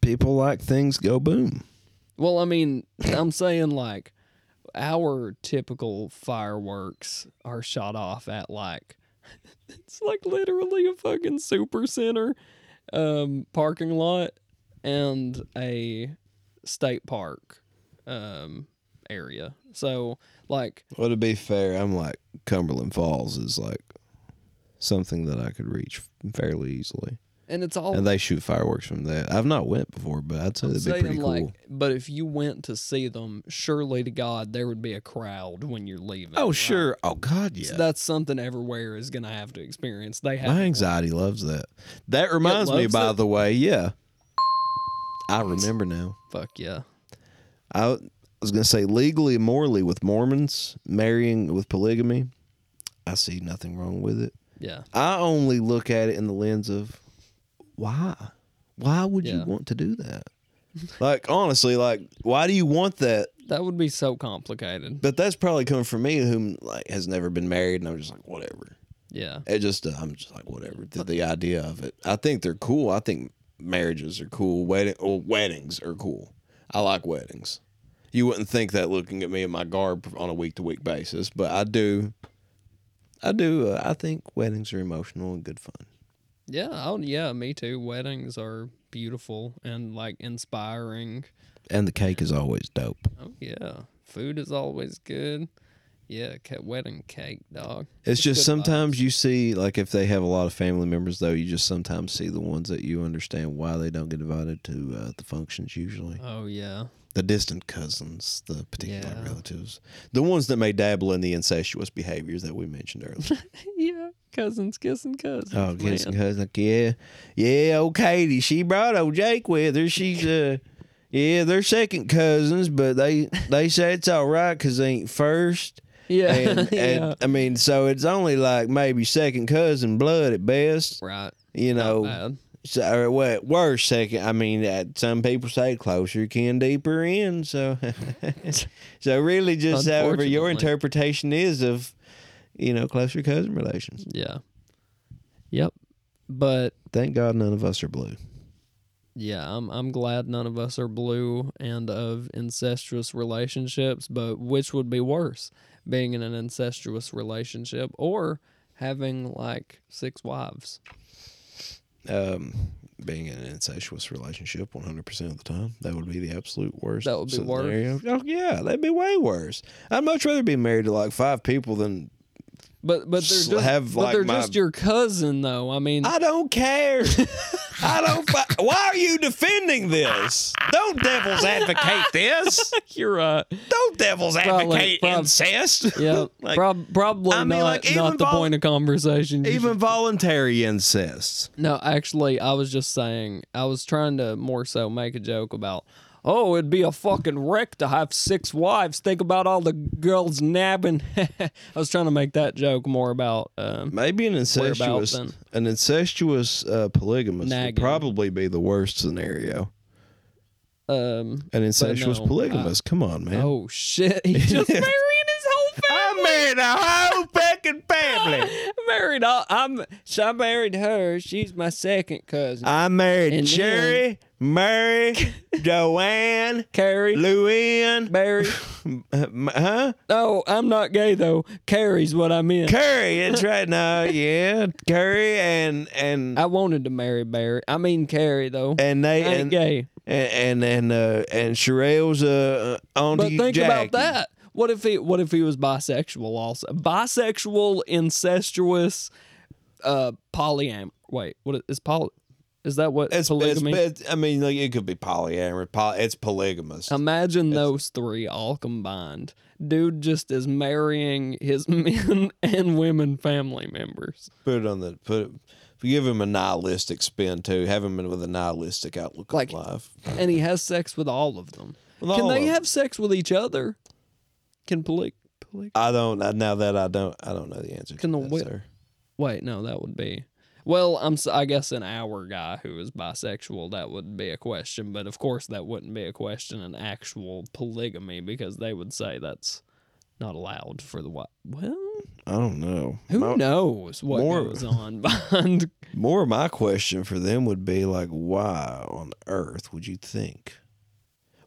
C: People like things go boom.
B: Well, I mean, I'm saying like our typical fireworks are shot off at like it's like literally a fucking super center um parking lot and a state park um area. So like
C: Well, to be fair, I'm like Cumberland Falls is like something that I could reach fairly easily,
B: and it's all
C: and they shoot fireworks from that. I've not went before, but I'd say
B: I'm
C: that'd be
B: saying
C: pretty cool.
B: like but if you went to see them, surely to God there would be a crowd when you're leaving.
C: oh
B: right?
C: sure, oh god, yeah.
B: So that's something everywhere is gonna have to experience. They have
C: My anxiety loves that. That reminds me,
B: loves
C: by
B: it?
C: the way, yeah. I remember now.
B: Fuck yeah.
C: I was gonna say legally and morally with Mormons marrying with polygamy. I see nothing wrong with it.
B: Yeah.
C: I only look at it in the lens of why? Why would
B: Yeah.
C: you want to do that? like honestly, like why do you want that?
B: That would be so complicated.
C: But that's probably coming from me, who like has never been married, and I'm just like whatever.
B: Yeah.
C: It just uh, I'm just like whatever the, the idea of it. I think they're cool. I think marriages are cool. Wedding or weddings are cool. I like weddings. You wouldn't think that looking at me in my garb on a week to week basis, but I do. I do. Uh, I think weddings are emotional and good fun.
B: Yeah. Oh, yeah. Me too. Weddings are beautiful and like inspiring.
C: And the cake is always dope.
B: Oh, yeah. Food is always good. Yeah. Ca- wedding cake, dog.
C: It's
B: good
C: just sometimes you see, like, if they have a lot of family members, though, you just sometimes see the ones that you understand why they don't get invited to uh, the functions usually.
B: Oh, yeah.
C: the distant cousins, the particular
B: Yeah.
C: relatives, the ones that may dabble in the incestuous behaviors that we mentioned earlier.
B: yeah. Cousins kissing cousins.
C: oh,
B: man.
C: kissing cousins, like, yeah, yeah, old Katie, she brought old Jake with her. She's uh, yeah, they're second cousins, but they they say it's all right because they ain't first.
B: Yeah.
C: And,
B: yeah.
C: and I mean, so it's only like maybe second cousin blood at best,
B: right.
C: you know.
B: Bad.
C: So, or what worse second? I mean, uh, some people say closer can deeper in. So, so really, just however your
B: Unfortunately.
C: interpretation is of, you know, closer cousin relations.
B: Yeah. Yep. But
C: Thank God none of us are blue.
B: yeah, I'm I'm glad none of us are blue and of incestuous relationships, but which would be worse, being in an incestuous relationship or having like six wives?
C: Um, being in an incestuous relationship 100% of the time, that would be the absolute worst.
B: That would be worse.
C: scenario. Oh, yeah, that'd be way worse. I'd much rather be married to like five people than
B: But but they're
C: S-
B: just,
C: have,
B: but
C: like,
B: they're
C: my-
B: just your cousin though. I mean,
C: I don't care. I don't. Fi- Why are you defending this? Don't devil's advocate this.
B: you're
C: uh,
B: right.
C: Don't devil's
B: Probably-
C: advocate
B: prob-
C: incest.
B: Yeah,
C: Like,
B: prob- probably
C: I mean,
B: not,
C: like, even
B: not the
C: vol-
B: point of conversation. You
C: even voluntary incest.
B: No, actually, I was just saying, I was trying to more so make a joke about, oh, it'd be a fucking wreck to have six wives. Think about all the girls nabbing. I was trying to make that joke more about, um,
C: Maybe an incestuous,
B: then?
C: an incestuous uh, polygamous would
B: Nagging.
C: probably be the worst scenario.
B: um
C: An incestuous
B: no, I-
C: polygamous. Come on, man.
B: oh shit, he just married his whole family.
C: I married a whole fucking family.
B: married, all, I'm, so I married her. She's my second cousin,
C: I married
B: And then-
C: Cherry, Mary, Joanne,
B: Carrie
C: Luann,
B: Barry.
C: m- huh?
B: No, I'm not gay though. Carrie's what I meant.
C: Curry. That's right. No, yeah, Curry and and
B: I wanted to marry Barry. I mean Carrie though.
C: and they
B: I ain't
C: and, and
B: gay.
C: and and uh, and Sherelle's uh on
B: But
C: to
B: think about that. What if he what if he was bisexual also? Bisexual, incestuous, uh polyam wait, what is, is poly is that what
C: It's, it's,
B: polygamy?
C: it's I mean like it could be polyamorous. Poly, it's polygamous.
B: Imagine those three all combined. Dude just is marrying his men and women family members.
C: put it on the put. It, if you give him a nihilistic spin too. Have him with a nihilistic outlook
B: Like-
C: on life.
B: And he has sex with all of them.
C: With
B: Can
C: all of
B: they
C: them.
B: have sex with each other? Can poly, poly
C: I don't. I- Now that I don't, I don't know the answer.
B: Can
C: to
B: the
C: that,
B: wi-
C: sir.
B: Wait, no, that would be. Well, I'm s- I guess an hour guy who is bisexual that wouldn't be a question, but of course that wouldn't be a question in actual polygamy because they would say that's not allowed for the what? Well,
C: I don't know.
B: who
C: My-
B: knows what
C: more-
B: goes on behind?
C: More of my question for them would be like, why on earth would you think?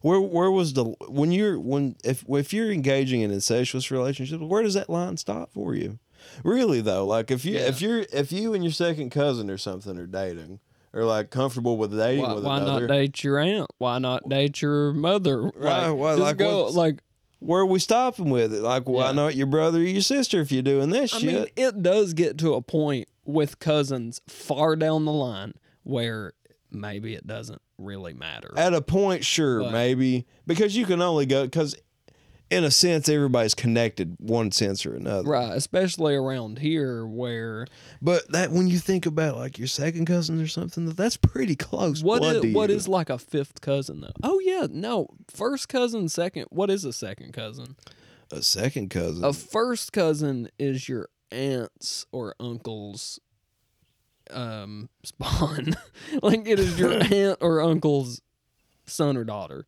C: Where where was the when you're when if if you're engaging in incestuous relationships, where does that line stop for you? Really though, like if you if you're if you and your second cousin or something are dating or like comfortable with dating
B: Why,
C: with
B: why
C: another,
B: not date your aunt? Why not date your mother? Like,
C: Right, why-
B: just
C: like,
B: go
C: what's-
B: like
C: where are we stopping with it? Like why
B: Yeah.
C: not your brother or your sister if you're doing this
B: I
C: shit?
B: mean, it does get to a point with cousins far down the line where maybe it doesn't really matter.
C: at a point sure
B: But-
C: maybe because you can only go because in a sense everybody's connected one sense or another
B: Right, especially around here where
C: but that when you think about like your second cousins or something that's pretty close
B: what
C: blood to
B: is, what
C: you.
B: is like a fifth cousin though? Oh yeah, no, first cousin, second. What is a second cousin?
C: a second cousin
B: A first cousin is your aunt's or uncle's um spawn. like it is your aunt or uncle's son or daughter.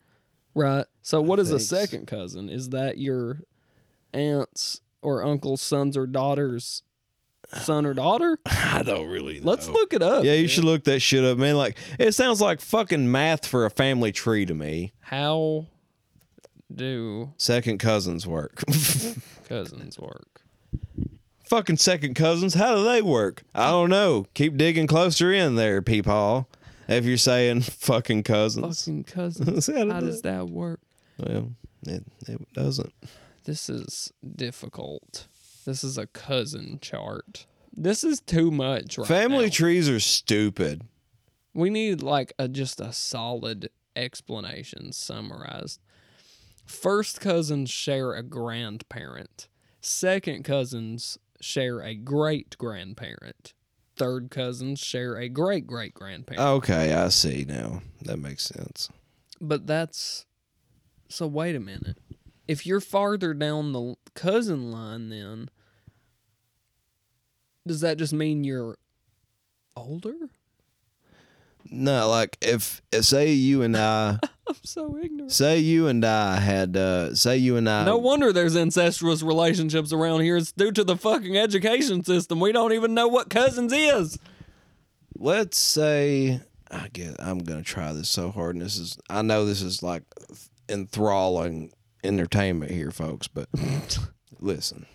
B: Right? So what is a
C: think so.
B: second cousin? Is that your aunt's or uncle's sons or daughter's son or daughter?
C: i don't really
B: Let's
C: know.
B: look it up.
C: yeah you should look that shit up man like it sounds like fucking math for a family tree to me
B: How do
C: second cousins work
B: cousins work?
C: fucking second cousins. How do they work? I don't know. Keep digging closer in there, peepaw. If you're saying fucking cousins,
B: Fucking cousins.
C: How did
B: How does that work?
C: well, it, it doesn't.
B: This is difficult. This is a cousin chart. This is too much right
C: Family
B: now.
C: trees are stupid.
B: we need like a just a solid explanation summarized. First cousins share a grandparent. Second cousins share a great grandparent. Third cousins share a great great grandparent.
C: Okay, I see now. That makes sense.
B: But that's so. Wait a minute. If you're farther down the l- cousin line, then does that just mean you're older?
C: No, like if say you and I,
B: I'm so ignorant.
C: say you and I had, uh, say you and I,
B: No wonder there's incestuous relationships around here. It's due to the fucking education system. We don't even know what cousins is.
C: let's say I guess I'm gonna try this so hard, and this is I know this is like enthralling entertainment here, folks. But listen,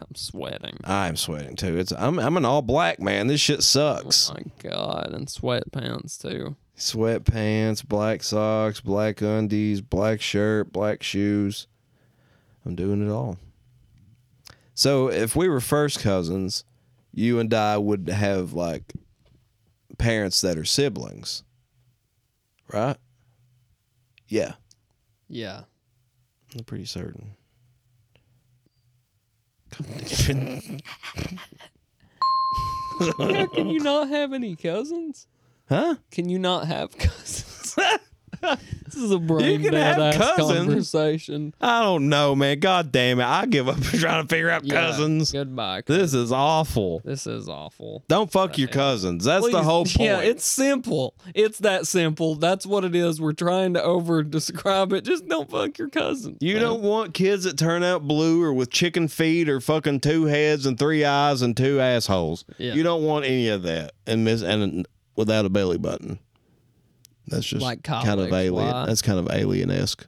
B: I'm sweating.
C: I'm sweating too. It's I'm I'm an all black man. This shit sucks.
B: Oh My God, and sweatpants too.
C: Sweatpants, black socks, black undies, black shirt, black shoes. I'm doing it all. So if we were first cousins, you and I would have like parents that are siblings, right? Yeah,
B: Yeah.
C: I'm pretty certain. God damn it.
B: How can you not have any cousins?
C: huh?
B: Can you not have cousins? this is a brain
C: can
B: dead
C: have
B: ass
C: cousins.
B: conversation.
C: I don't know, man. God damn it. I give up trying to figure out
B: Yeah,
C: cousins.
B: Goodbye. This,
C: This is awful.
B: this is awful.
C: Don't fuck your cousins. That's the
B: Please-
C: whole point.
B: Yeah, it's simple. It's that simple. That's what it is. We're trying to over describe it. Just don't fuck your cousins.
C: you
B: man.
C: don't want kids that turn out blue or with chicken feet or fucking two heads and three eyes and two assholes.
B: Yeah.
C: You don't want any of that. And miss and without a belly button. That's just
B: Like
C: kind of
B: colleagues,
C: alien.
B: why?
C: That's kind of alien esque.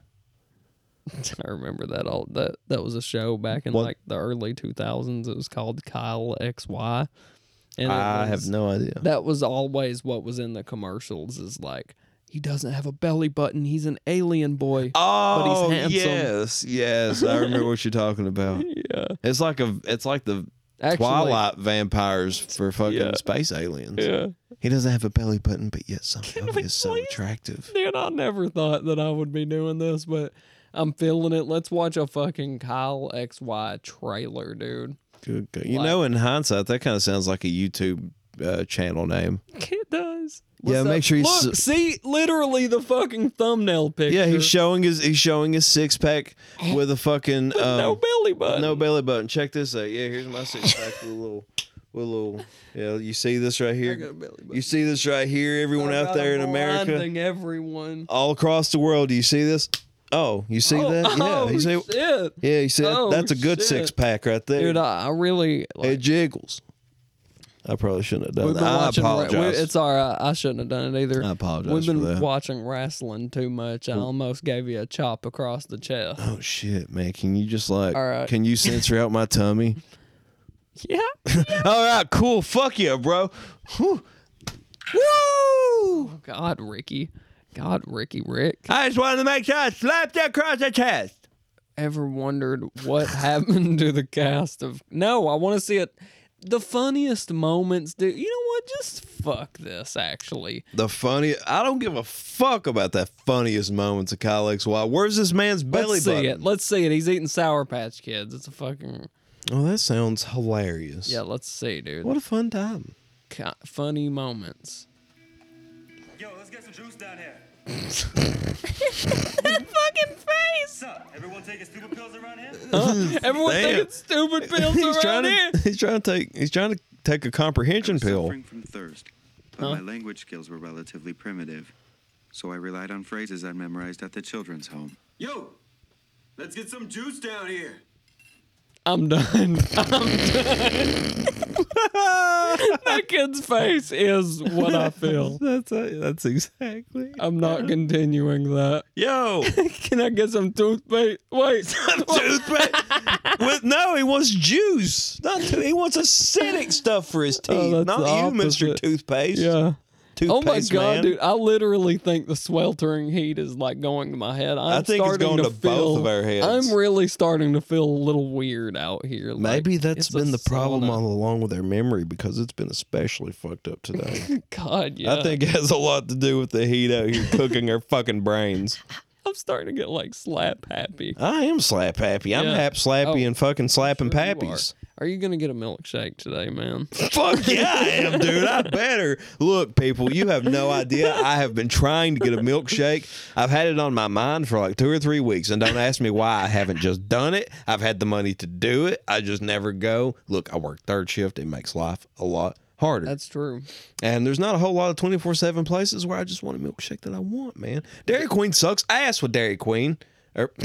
B: I remember that all that that was a show back in
C: What?
B: like the early 2000s. It was called Kyle XY. And it
C: I have
B: was-
C: no idea.
B: that was always what was in the commercials is like he doesn't have a belly button. He's an alien boy.
C: Oh
B: handsome.
C: yes, yes. I remember what you're talking about.
B: yeah.
C: It's like a it's like the
B: Actually,
C: Twilight vampires for fucking
B: Yeah.
C: space aliens.
B: Yeah.
C: He doesn't have a belly button, but yet somehow
B: we
C: he is so
B: please-
C: attractive.
B: Dude, I never thought that I would be doing this, but I'm feeling it. Let's watch a fucking Kyle XY trailer, dude.
C: Good God. You
B: Like-
C: know, in hindsight, that kind of sounds like a YouTube uh, channel name.
B: It does.
C: Yeah,
B: What's
C: make
B: up?
C: sure you
B: Look,
C: s-
B: see, literally the fucking thumbnail picture.
C: Yeah, he's showing his he's showing his six pack with a fucking um,
B: no belly button.
C: no belly button. Check this out. Yeah, here's my six pack with a little with a little. Yeah, you see this
B: I
C: right
B: got a
C: here.
B: belly button.
C: You see this right here. Everyone out there in America,
B: blinding everyone.
C: all across the world. Do you see this? Oh, you see that? Yeah,
B: oh,
C: you see.
B: shit.
C: Yeah, you see. that-
B: Oh,
C: that's a good
B: shit.
C: six pack right there.
B: dude. I, I really.
C: it
B: Like,
C: jiggles. I probably shouldn't have done
B: we've
C: that.
B: been watching.
C: I
B: ra- we-
C: apologize.
B: it's all right. I shouldn't have done it either.
C: I apologize
B: We've
C: for
B: been
C: that.
B: watching wrestling too much. I almost gave you a chop across the chest.
C: oh shit, man! Can you just like?
B: All right.
C: Can you censor out my tummy?
B: yeah.
C: All right, cool. Fuck yeah, bro. Whew. Woo!
B: God, Ricky. God, Ricky, Rick.
G: I just wanted to make sure I slapped that across the chest.
B: ever wondered what happened to the cast of No, I want to see it. The funniest moments, dude. You know what? Just fuck this. Actually,
C: The funny. I don't give a fuck about that funniest moments of Kyle X Y. Where's this man's belly
B: let's see
C: button?
B: it. Let's see it. He's eating Sour Patch Kids. It's a fucking
C: Oh, that sounds hilarious.
B: yeah. Let's see, dude.
C: What a fun time.
B: Ca- funny moments.
H: Yo, let's get some juice down here.
B: Fucking face.
H: What's up? Everyone taking stupid pills around here?
B: Everyone's
C: Damn.
B: taking stupid pills
C: he's
B: around
C: trying
B: here.
C: to. He's trying to take. He's trying to take a comprehension pill.
I: Suffering from thirst, but my language skills were relatively primitive, so I relied on phrases I memorized at the children's home.
H: Yo, let's get some juice down here.
B: I'm done. I'm done. that kid's face is what I feel.
C: That's that's exactly.
B: I'm not continuing that.
C: Yo,
B: Can I get some toothpaste? Wait.
C: toothpaste. With, no, he wants juice. Not to, he wants acidic stuff for his teeth.
B: Oh, that's
C: Not
B: the
C: you, Mister
B: opposite.
C: Toothpaste.
B: yeah.
C: Toothpaste
B: Oh my god,
C: man.
B: dude! I literally think the sweltering heat is like going to my head. I'm
C: think it's
B: starting
C: going to both
B: feel-
C: of our heads.
B: I'm really starting to feel a little weird out here. Like,
C: Maybe that's
B: it's a
C: been the problem
B: sauna.
C: all along with their memory because it's been especially fucked up today.
B: God, yeah.
C: I think it has a lot to do with the heat out here cooking our fucking brains.
B: I'm starting to get like slap happy.
C: I am slap happy. I'm
B: Yeah.
C: hap slappy
B: Oh,
C: and fucking slapping
B: Sure you
C: pappies.
B: Are. Are you gonna get a milkshake today, man?
C: Fuck yeah, I am, dude. I better. Look, people, you have no idea. I have been trying to get a milkshake. I've had it on my mind for like two or three weeks, and don't ask me why I haven't just done it. I've had the money to do it. I just never go. Look, I work third shift. It makes life a lot harder.
B: That's true.
C: And there's not a whole lot of 24 7 places where I just want a milkshake that I want, man. Dairy Queen sucks ass with Dairy Queen. Er-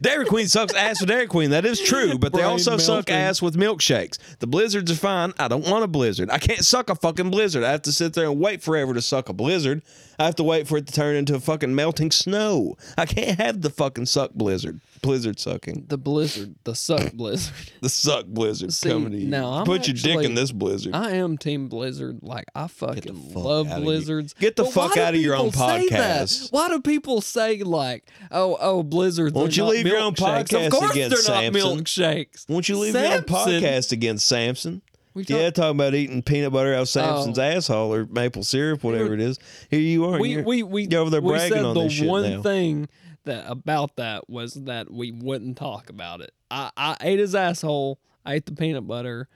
C: Dairy Queen sucks ass with Dairy Queen. That is true, but they
B: Brain
C: also suck
B: melting.
C: ass with milkshakes. The blizzards are fine. I don't want a blizzard. I can't suck a fucking blizzard. I have to sit there and wait forever to suck a blizzard. I have to wait for it to turn into fucking melting snow. I can't have the fucking suck blizzard. Blizzard sucking.
B: The blizzard, the suck blizzard.
C: The suck blizzard
B: See,
C: coming to you.
B: now I'm
C: Put your dick
B: actually-
C: in this blizzard.
B: I am Team Blizzard. Like I fucking
C: fuck
B: love
C: outta here.
B: Blizzards.
C: Get the
B: But why
C: fuck
B: do
C: outta your own
B: people say that?
C: podcast.
B: Why do people say like, oh, oh, Blizzards?
C: Won't
B: are
C: you
B: not
C: leave your own
B: milkshakes?
C: podcast
B: Of course
C: again,
B: they're not
C: Samson.
B: milkshakes.
C: Won't you leave your own
B: Samson.
C: podcast again, Samson?
B: We talk-
C: yeah, talking about eating peanut butter out of Samson's
B: Oh.
C: asshole or maple syrup, whatever it is. Here you are. and
B: We
C: you're-
B: we we
C: you're over there
B: we
C: bragging
B: said
C: on
B: the
C: this shit
B: one
C: now.
B: thing that about that was that we wouldn't talk about it. I I ate his asshole. I ate the peanut butter.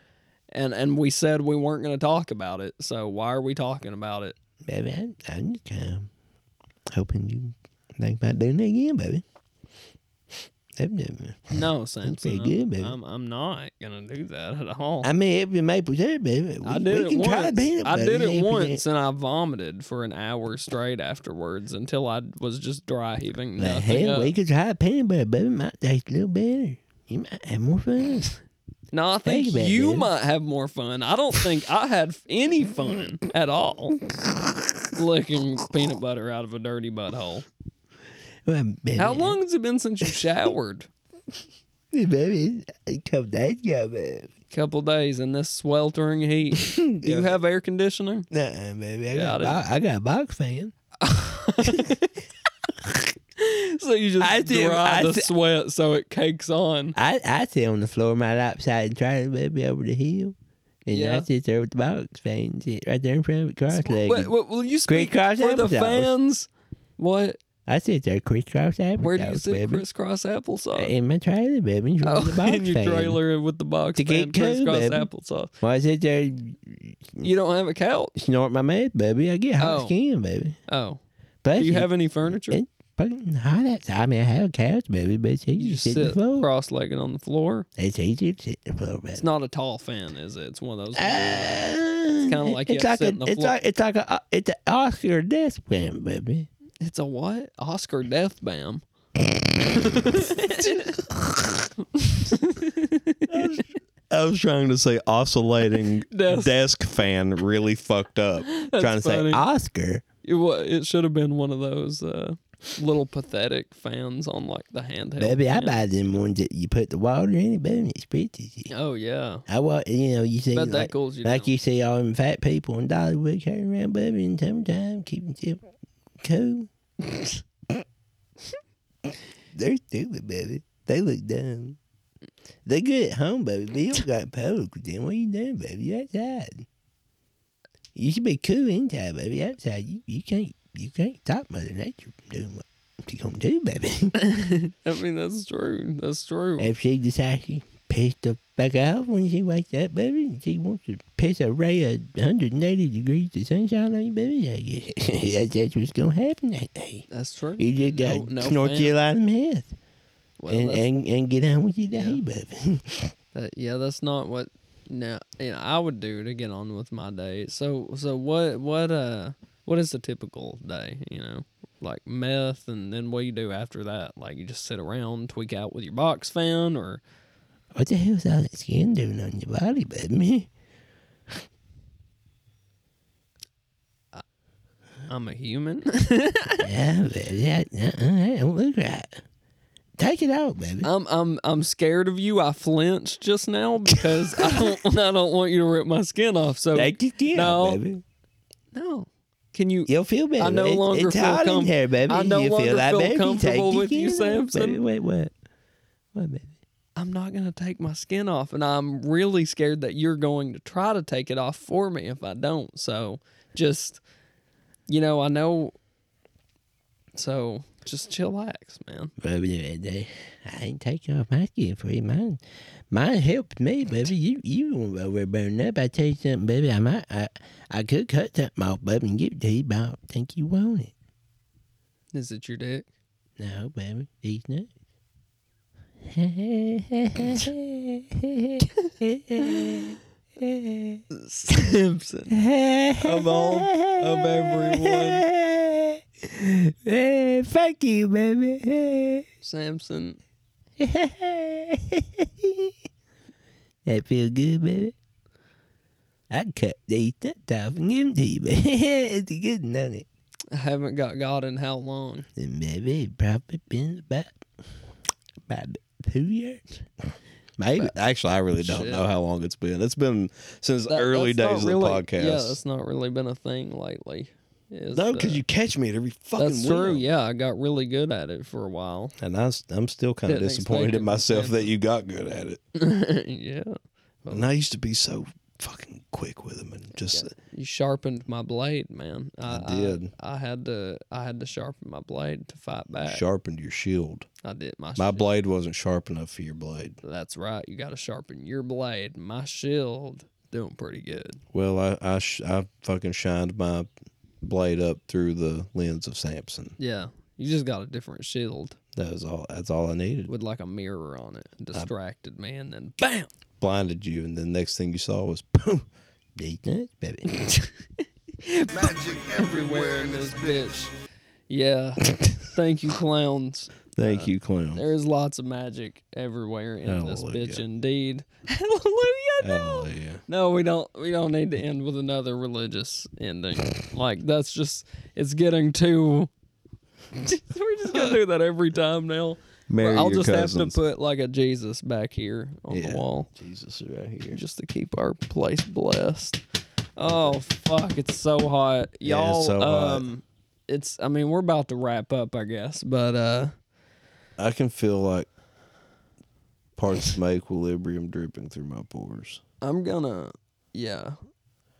B: And, and we said we weren't going to talk about it, so why are we talking about it?
C: Baby, I'm, I'm just kind of hoping you think about doing that again, baby. That'd be-
B: No, Samson,
C: good,
B: I'm,
C: baby.
B: I'm, I'm not going to do that at all.
C: I mean, it'd be maple syrup, baby. We,
B: I did
C: we
B: it
C: can
B: once.
C: try peanut
B: I
C: butter.
B: did it
C: if we
B: once, and I vomited for an hour straight afterwards until I was just dry heaving
C: Like,
B: nothing
C: hell,
B: up.
C: we could try peanut butter, baby. Might taste a little better. You might have more fun.
B: No, I think
C: about
B: you
C: it.
B: might have more fun. I don't think I had any fun at all licking peanut butter out of a dirty butthole.
C: Well, baby,
B: How long has it been since you showered?
C: Baby, a couple days ago, baby.
B: Couple days in this sweltering heat. Do you have air conditioning?
C: Nah, baby, I
B: Yeah, I
C: got,
B: didn't-
C: a bo- I got a box fan.
B: So you just
C: I did-
B: dry
C: I
B: the
C: did-
B: sweat so it cakes on.
C: I I sit on the floor of my outside and try to baby over the hill. And
B: Yeah.
C: I sit there with the box fan, sit right there in front of it, cross
B: Wait,
C: legged.
B: wait, will you speak
C: Crisscross
B: for the
C: applesauce.
B: fans? What?
C: I sit there crisscross applesauce,
B: Where do you sit
C: baby.
B: crisscross applesauce?
C: in my trailer, baby, in front of the
B: Oh,
C: box
B: in your
C: fan.
B: trailer with the box
C: To
B: fan,
C: get cool,
B: crisscross
C: baby.
B: applesauce.
C: Well, I sit there
B: You don't have a couch.
C: snort my mouth, baby. I get hot
B: Oh.
C: skin, baby.
B: Oh,
C: Plus,
B: do you
C: it-
B: have any furniture?
C: it-
J: But how that I mean, I have cats, baby, but it's
B: You
J: easy to
B: just
J: sit in the
B: sit
J: floor.
B: cross legged on the floor.
J: It's easy to sit in the floor, baby.
B: It's not a tall fan, is it? It's one of those.
J: Ah. It's
B: kinda like you
J: it's
B: have to sit
J: like a,
B: in the
J: it's
B: floor.
J: like it's like a uh, it's an Oscar death win, baby.
B: It's a what? Oscar Death Bam.
C: I was trying to say oscillating
B: Desk.
C: desk fan really fucked up. trying to
B: funny.
C: say
J: Oscar.
B: It, wa- it should have been one of those uh, little pathetic fans on like the handheld.
J: Baby, I
B: fan.
J: buy them ones that you put the water in it, baby. It's pretty.
B: Oh yeah,
J: I want you know you see
B: bet that
J: like,
B: cools you
J: like
B: down.
J: you see all them fat people in Dollywood carrying around baby in summertime, keeping them cool. They're stupid, baby. They look dumb. They good at home, baby. But you don't got in public with them. What you doing, baby? You outside. You should be cool inside, baby. Outside, you, you can't you can't stop Mother Nature from doing what she gonna do, baby.
B: I mean, that's true. That's true.
J: If she decides she pissed the fuck off when she wakes up, baby, and she wants to piss a ray of 180 degrees of sunshine on you, baby, that- that's what's going to happen that day.
B: That's true.
J: You just got
B: Oh, No-
J: to
B: no
J: snort
B: fan.
J: your line of meth
B: Well,
J: and,
B: that's-
J: and, and get on with your day, baby.
B: that- yeah, that's not what. No, you know, I would do to get on with my day. So, so what? What? Uh, what is a typical day? You know, like meth, and then what do you do after that? Like you just sit around, tweak out with your box fan, or
J: what the hell's all that skin doing on your body, baby?
B: I'm a human.
J: yeah, baby, that, uh-uh, that don't look right. Take it out, baby.
B: I'm I'm I'm scared of you. I flinched just now because I don't I don't want you to rip my skin off. So
J: Take your skin out,
B: no.
J: baby.
B: no, can you?
J: You'll feel better.
B: I no
J: It-
B: longer
J: it's
B: feel
J: hot in
B: com-
J: here, baby.
B: I no
J: you
B: longer
J: feel like
B: feel
J: baby.
B: comfortable
J: Take your
B: with you,
J: skin off,
B: Samson.
J: Baby. Wait, what? What, baby?
B: I'm not gonna take my skin off, and I'm really scared that you're going to try to take it off for me if I don't. So just you know, I know. So just chillax, man.
J: Baby, baby, I ain't taking off my skin for you. Mine, mine helped me, baby. You, you won't over burning up. I tell you something, baby. I might, I, I could cut something off, baby, and give it to you, but I don't think you want it.
B: Is it your dick?
J: No, baby, these nuts.
B: Simpson.
J: of
B: all- of everyone.
J: Eh, fuck you, baby.
B: Samson.
J: that feel good, baby. I cut these nuts off and give them to you, baby. it's good, don't it?
B: I haven't got God in how long?
J: And maybe it probably been about, about two years. Maybe.
C: actually I really don't
B: Shit.
C: know how long it's been. It's been since
B: That-
C: early
B: that's not
C: days of
B: really-
C: the podcast.
B: Yeah, that's not really been a thing lately. Is
C: no,
B: the-
C: because you catch me at every fucking
B: That's true.
C: wheel.
B: Yeah, I got really good at it for a while.
C: And I, was- I'm still kind of
B: Didn't
C: disappointed
B: expect it
C: in myself
B: from
C: that you got good at it.
B: yeah,
C: And I used to be so fucking quick with them and just
B: you sharpened my blade, man. I,
C: did.
B: I, had to. I had to sharpen my blade to fight back.
C: sharpened your shield.
B: I did my.
C: My
B: shi-
C: blade wasn't sharp enough for your blade.
B: That's right. You got to sharpen your blade. My shield doing pretty good.
C: Well, I I, sh- I fucking shined my blade up through the lens of Samson.
B: Yeah, you just got a different shield
C: That was all. That's all I needed.
B: with like a mirror on it. Distracted me, and then bam.
C: Blinded you, and the next thing you saw was boom.
J: These nuts, baby.
F: Magic everywhere in this bitch.
B: Yeah. Thank you, clowns.
C: Thank you, clown.
B: There is lots of magic everywhere in
C: Hallelujah.
B: this bitch, indeed. Hallelujah! No.
C: Hallelujah.
B: No, we don't. We don't need to end with another religious ending. Like that's just it's getting too. We're just gonna do that every time now.
C: Marry
B: I'll
C: your
B: just have
C: cousins.
B: to put like a Jesus back here on
C: Yeah.
B: the wall
C: Jesus is right here.
B: just to keep our place blessed. Oh fuck, it's so hot,
C: Yeah, it's
B: y'all.
C: so hot.
B: um, it's. I mean, we're about to wrap up, I guess, but uh,
C: I can feel like parts of my equilibrium dripping through my pores.
B: I'm gonna, yeah,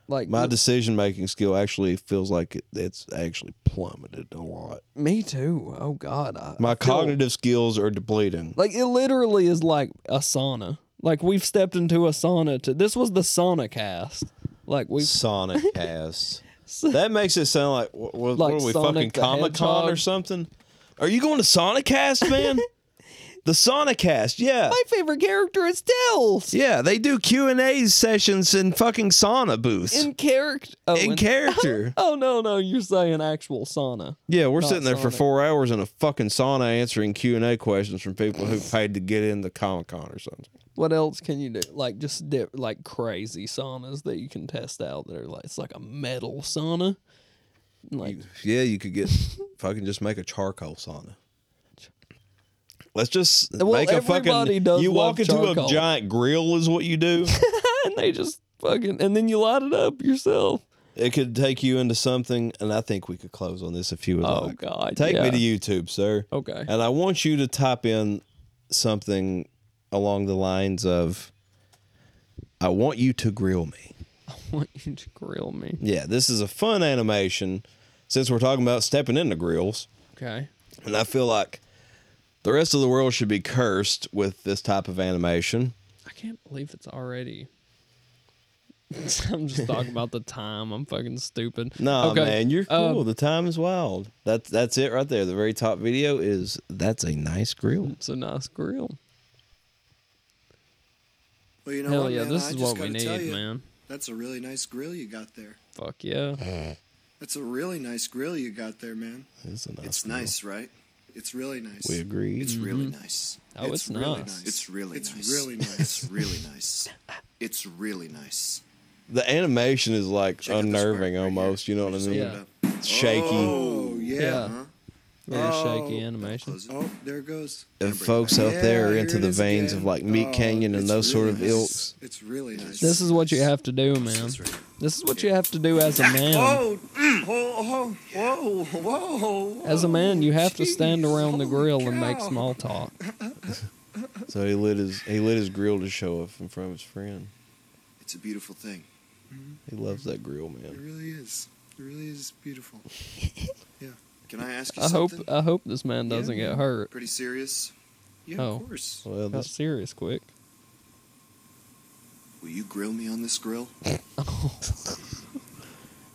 B: like
C: My
B: this-
C: decision making skill actually feels like it, it's actually plummeted a lot.
B: me too. Oh god, I,
C: My
B: I feel-
C: cognitive skills are depleting.
B: Like it literally is like a sauna. Like we've stepped into a sauna. To this was the sauna cast. Like we
C: Sonic cast. that makes it sound like what, what,
B: Like
C: are we
B: Sonic
C: fucking
B: the
C: Comic Con or
B: Hedgehog.
C: something? Are you going to Sonicast, man? the Sonicast, yeah.
B: My favorite character is Dells
C: Yeah, they do Q&A sessions in fucking sauna booths.
B: in character. Oh,
C: in
B: and-
C: character.
B: Oh no, no, you're saying actual sauna.
C: Yeah, we're
B: Not
C: sitting there for
B: sauna.
C: four hours in a fucking sauna answering Q and A questions from people who paid to get into Comic Con or something.
B: What else can you do? Like just di- like crazy saunas that you can test out that are like it's like a metal sauna. Like
C: Yeah, you could get fucking just make a charcoal sauna. Let's just
B: Well,
C: make a
B: everybody
C: fucking.
B: does
C: you walk
B: love
C: into
B: charcoal.
C: a giant grill is what you do.
B: and they just fucking and then you light it up yourself.
C: it could take you into something, and I think we could close on this if you would
B: Oh
C: like.
B: god.
C: Take
B: yeah.
C: me to YouTube, sir.
B: Okay.
C: And I want you to type in something along the lines of, "I want you to grill me."
B: I want you to grill me.
C: Yeah, this is a fun animation since we're talking about stepping into grills.
B: Okay.
C: And I feel like the rest of the world should be cursed with this type of animation.
B: I can't believe it's already. I'm just talking about the time. I'm fucking stupid.
C: Nah,
B: Okay,
C: man, you're
B: uh,
C: cool. the time is wild. That's that's it right there. The very top video is that's a nice grill.
B: it's a nice grill.
K: Well, you know
B: Hell
K: what,
B: yeah,
K: man?
B: this
K: I
B: is
K: just
B: what we
K: gotta tell
B: need,
K: you,
B: man.
K: That's a really nice grill you got there.
B: Fuck yeah.
K: That's a really nice grill you got there, man.
C: It's a nice.
K: It's
C: grill.
K: nice, right? It's really nice.
C: We agree.
K: It's really nice.
B: Oh, it's
K: really
B: nice.
K: It's
I: It's really
K: it's
I: nice.
K: really nice. It's really nice. It's really nice.
C: the animation is like
K: Check out this part
C: unnerving
K: right here.
C: almost. You know what I mean?
B: Yeah.
C: It's shaky.
K: Oh yeah.
B: Yeah.
K: Huh?
B: Very
K: Oh.
B: shaky animation.
K: Close it. Oh, there it goes.
C: If folks out
K: Yeah,
C: there are
K: here
C: into
K: it
C: the
K: is
C: veins
K: again.
C: of like Meat
K: Oh,
C: Canyon and
K: it's
C: those sort
K: really
C: of
K: nice.
C: ilks,
K: It's really nice.
B: This is what you have to do, man. This is what you have to do as a man.
K: Oh, mm, whoa, whoa, whoa, whoa.
B: As a man, you have to stand
K: Jeez,
B: around the
K: holy
B: grill and make
K: cow.
B: small talk.
C: so he lit his he lit his grill to show off in front of his friend.
K: It's a beautiful thing.
C: He loves that grill, man.
K: It really is. It really is beautiful. yeah. Can I ask you
B: I hope uh,
K: something?
B: I hope this man doesn't get hurt.
K: Pretty serious. Yeah,
B: Oh.
K: of course.
C: Well,
B: Got
C: this,
B: serious quick.
K: Will you grill me on this grill?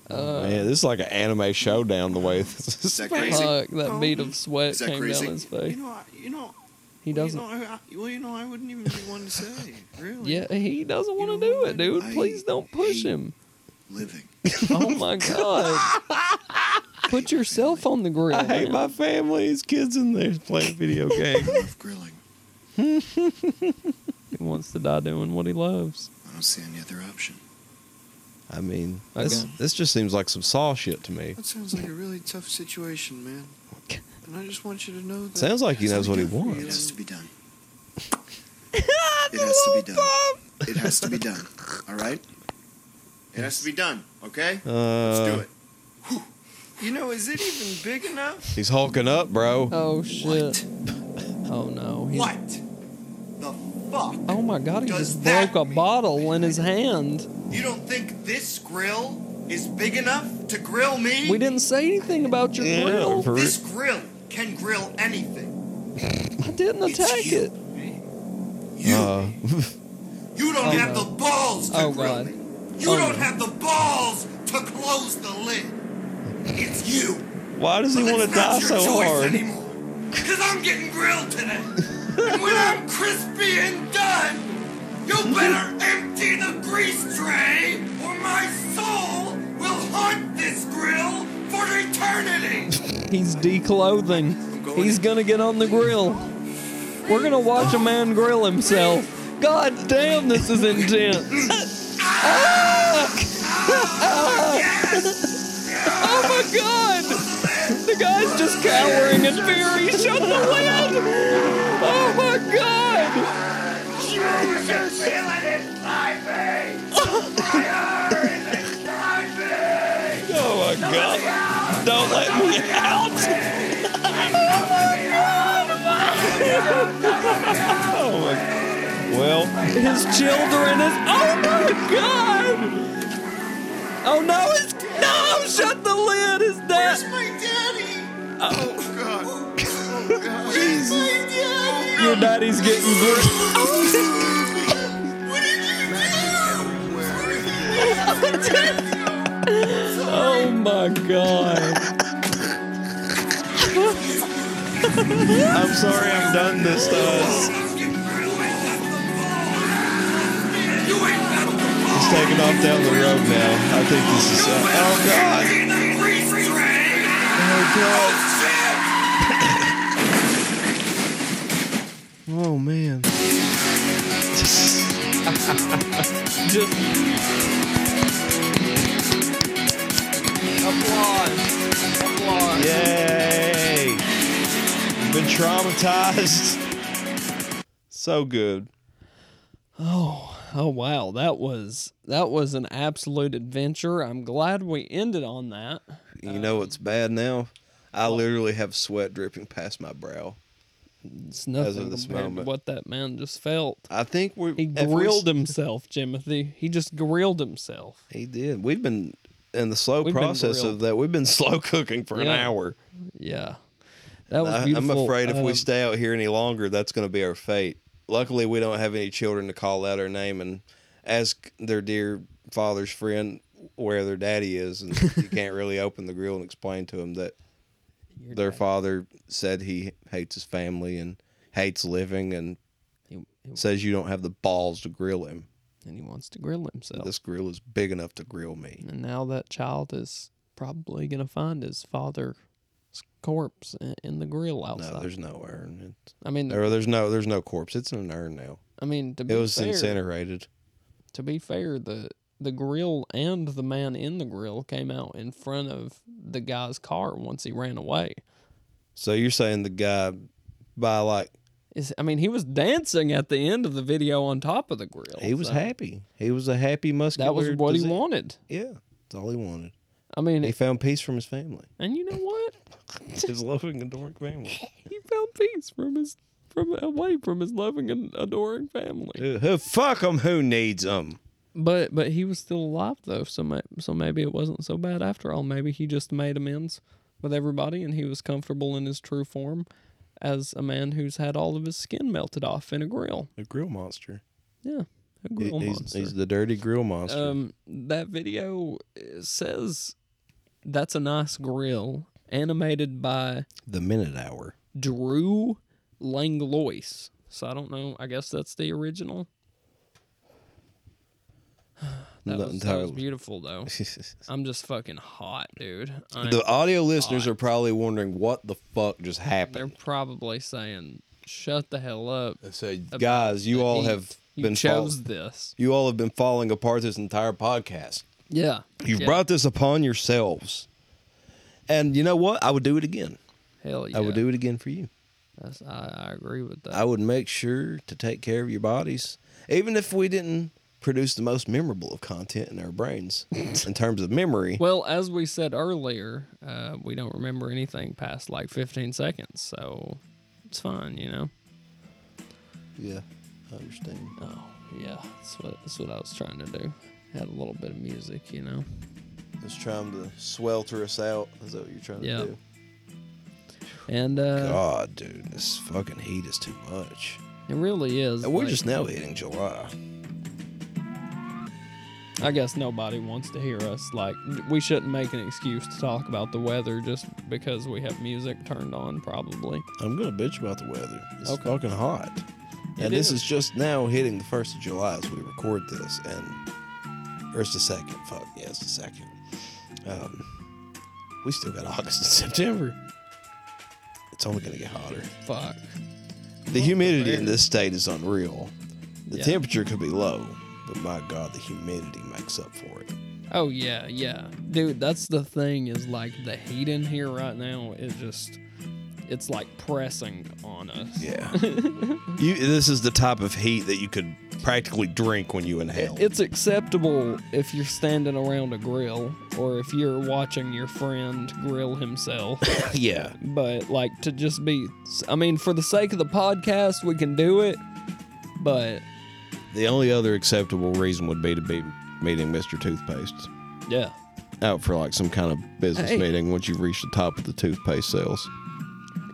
B: Uh,
C: man, this is like an anime showdown. The way this
K: Is
C: is.
K: that crazy?
B: Fuck, that bead of sweat
K: Is that
B: came
K: crazy?
B: down his face.
K: know, I- you know,
B: He
K: well, you
B: doesn't.
K: know, I, I- well, you know, I wouldn't even be one to say, really.
B: Yeah, he doesn't want to
K: know
B: do
K: what?
B: it, dude.
K: I
B: Please don't push
K: hate-
B: him.
K: Living.
B: Oh my god. Put yourself on the grill.
C: I hate
B: man.
C: my family. His kids in there playing video games.
K: I love grilling.
B: He wants to die doing what he loves.
K: I don't see any other option.
C: I mean, this,
B: Okay.
C: this just seems like some Saw shit to me.
K: That sounds like a really tough situation, man. And I just want you to know that.
C: Sounds like he knows what he
K: It has
C: wants.
K: to be done. it has to be done. It has to be done. All right? It has to be done, okay? Let's do
C: Uh,
K: it. Whew. You know, is it even big enough?
C: he's hulking up, bro.
B: Oh shit. Oh no. He's,
K: What the fuck?
B: Oh my god, he
K: Does
B: just
K: that
B: broke a
K: mean-
B: bottle in his hand.
K: You don't think this grill is big enough to grill me?
B: We didn't say anything about your grill.
C: for
K: This
C: it.
K: grill can grill anything.
B: I didn't
K: It's
B: attack
K: you.
B: it.
K: You,
C: Uh,
K: you don't
B: Oh,
K: have
B: no.
K: the balls to
B: Oh,
K: grill
B: God.
K: me. You
B: Oh,
K: don't
B: no.
K: have the balls to close the lid. It's you.
C: why does he
K: But
C: want to
K: it's not
C: die
K: your
C: so
K: choice
C: hard?
K: anymore. Cause I'm getting grilled today. and when I'm crispy and done, you better empty the grease tray, or my soul will haunt this grill for eternity.
B: He's declothing. He's gonna get on the grill. We're gonna watch a man grill himself. God damn, this is intense. Ah! Oh my god! The guy's just cowering in fear. He shut the lid! Oh my god!
C: Oh my god! Don't let me out! oh my. Well,
B: His children is. Oh my god! Oh no, his. No! Shut the lid! His
K: Where's
B: dad.
K: my daddy?
B: Oh,
K: God. Oh, God. Where's my daddy?
B: your daddy's getting grilled.
K: What did you do? Where is he?
B: Oh my god.
C: I'm sorry I've done this to us. He's taking off down the road now. I think this is. oh, God. Oh, God. Oh, man.
B: Just applause. Applause.
C: Yay! Been traumatized. So good.
B: Oh wow, that was that was an absolute adventure. I'm glad we ended on that.
C: You know what's bad now? I literally have sweat dripping past my brow.
B: It's nothing
C: of this
B: compared to
C: moment.
B: what that man just felt.
C: I think we
B: He
C: if we-
B: grilled himself, Timothy. He just grilled himself.
C: He did. We've been in the slow
B: We've been
C: process
B: grilled.
C: of that. We've been slow cooking for an
B: Yeah.
C: hour.
B: Yeah, that was
C: I, I'm
B: beautiful.
C: afraid if we
B: Um,
C: stay out here any longer, that's going to be our fate. Luckily, we don't have any children to call out our name and ask their dear father's friend where their daddy is, and you can't really open the grill and explain to them that their father said he hates his family and hates living, and
B: he, he-
C: says you don't have the balls to grill him.
B: and he wants to grill himself.
C: This grill is big enough to grill me.
B: and now that child is probably gonna find his father's corpse in, in the grill outside.
C: No, there's no urn. It's-
B: I mean,
C: Or there's no there's no corpse. It's in an urn now.
B: I mean to be
C: It was
B: fair,
C: incinerated.
B: to be fair, the the grill and the man in the grill came out in front of the guy's car once he ran away.
C: So you're saying the guy by like
B: Is I mean, he was dancing at the end of the video on top of the grill.
C: He was
B: so
C: happy. He was a happy muscular.
B: That was what he
C: disease-
B: wanted.
C: Yeah, that's all he wanted.
B: I mean,
C: He found peace from his family,
B: and you know what?
C: his loving, adoring family.
B: He found peace from his from away from his loving and adoring family.
C: Dude, who fuck them? Who needs them?
B: But but he was still alive though, so ma- so maybe it wasn't so bad after all. Maybe he just made amends with everybody, and he was comfortable in his true form as a man who's had all of his skin melted off in a grill.
C: The grill monster.
B: Yeah, a
C: He-
B: grill
C: he's,
B: monster.
C: he's the dirty grill monster.
B: um, that video uh, says that's a nice grill, animated by
C: the minute hour.
B: Drew Langlois. So I don't know. I guess that's the original. That,
C: Not
B: was, that was
C: entirely.
B: beautiful though. I'm just fucking hot, dude. I,
C: The audio listeners are probably wondering what the fuck just
B: they're
C: happened.
B: probably saying, "Shut the hell up."
C: They said, Uh, guys, you all
B: He-
C: have
B: you
C: been fal-
B: chose this.
C: you all have been falling apart this entire podcast.
B: Yeah,
C: You've
B: Yeah.
C: brought this upon yourselves. And you know what? I would do it again.
B: hell yeah.
C: I would do it again for you.
B: That's, I, I agree with that.
C: I would make sure to take care of your bodies, even if we didn't produce the most memorable of content in our brains in terms of memory.
B: well, as we said earlier, uh, we don't remember anything past like 15 seconds, so it's fine, you know.
C: Yeah, I understand.
B: Oh yeah, that's what that's what I was trying to do. Had a little bit of music, you know.
C: Just trying to swelter us out. Is that what you're trying
B: Yeah.
C: to do?
B: And uh,
C: God, Oh, dude, this fucking heat is too much.
B: it really is.
C: And we're
B: like-
C: just now hitting July.
B: I guess nobody wants to hear us. Like, we shouldn't make an excuse to talk about the weather just because we have music turned on, probably.
C: I'm gonna bitch about the weather. It's
B: Okay.
C: fucking hot.
B: It
C: and this
B: is.
C: is just now hitting the first of July as we record this, and or it's the second. Fuck yeah, it's the second. Um, we still got August and September. It's only gonna get hotter.
B: Fuck.
C: The humidity in this state is unreal. The
B: Yeah.
C: temperature could be low, but my god, the humidity makes up for it.
B: Oh, yeah, yeah. Dude, that's the thing is like the heat in here right now is just, it's like pressing on us.
C: Yeah. you. This is the type of heat that you could practically drink when you inhale.
B: It's acceptable if you're standing around a grill or if you're watching your friend grill himself.
C: yeah.
B: but like to just be i mean for the sake of the podcast we can do it but
C: The only other acceptable reason would be to be meeting Mr. Toothpaste
B: yeah
C: out for like some kind of business
B: Hey.
C: meeting once you reach the top of the toothpaste sales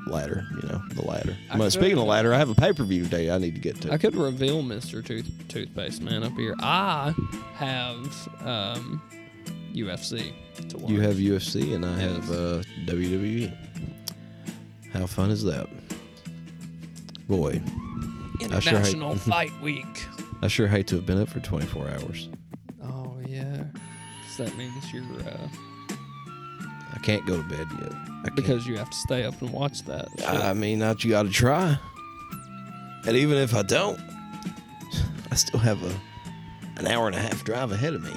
C: ladder, you know, the ladder.
B: I
C: But
B: could-
C: speaking of ladder, I have a pay per view today I need to get to.
B: i could reveal mr tooth toothpaste man up here i have um ufc to watch
C: You have UFC and I have uh, WWE. E. How fun is that? Boy, I sure hate-
B: International Fight Week.
C: I sure hate to have been up for 24 hours.
B: Oh yeah. So that means you're uh,
C: I can't go to bed yet. I can't.
B: because you have to stay up and watch that. shit.
C: I mean, not you got to try. And even if I don't, I still have a an hour and a half drive ahead of me.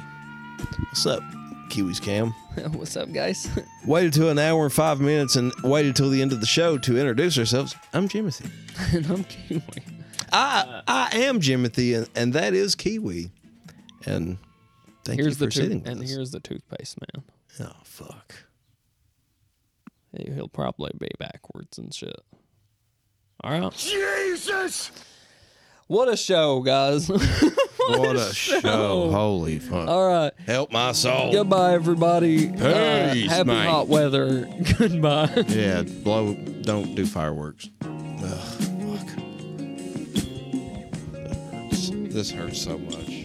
C: What's up, Kiwis Cam?
B: What's up, guys?
C: Waited till an hour and five minutes and waited till the end of the show to introduce ourselves. I'm Jimothy.
B: and I'm Kiwi.
C: I I am Jimothy, and, and that is Kiwi. And thank
B: Here's the
C: you for
B: tooth-
C: sitting with
B: and
C: us.
B: here's the toothpaste man.
C: Oh fuck!
B: He- He'll probably be backwards and shit. All right.
K: Jesus!
B: What a show, guys.
C: What, a show! Holy fuck!
B: All right.
C: Help my soul.
B: Goodbye, everybody. Uh,
C: Peace,
B: happy
C: mate.
B: hot weather. Goodbye.
C: Yeah, blow. Don't do fireworks. Ugh, fuck. This hurts so much.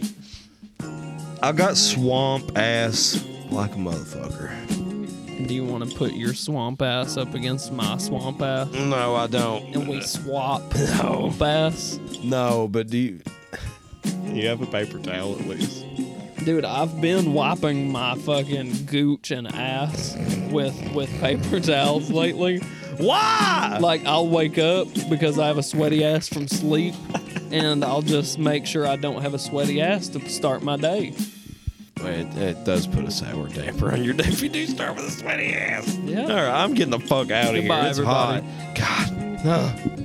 C: I got swamp ass like a motherfucker.
B: Do you want to put your swamp ass up against my swamp ass?
C: No, I don't.
B: And we swap swamp ass?
C: No, but do you? You have a paper towel at least.
B: Dude, I've been wiping my fucking gooch and ass with with paper towels lately.
C: Why?
B: Like I'll wake up because I have a sweaty ass from sleep, and I'll just make sure I don't have a sweaty ass to start my day.
C: It, it does put a sour damper on your day if you do start with a sweaty ass.
B: Yeah.
C: All right, I'm getting the fuck out of here.
B: Goodbye,
C: It's
B: everybody.
C: hot. God. Ugh.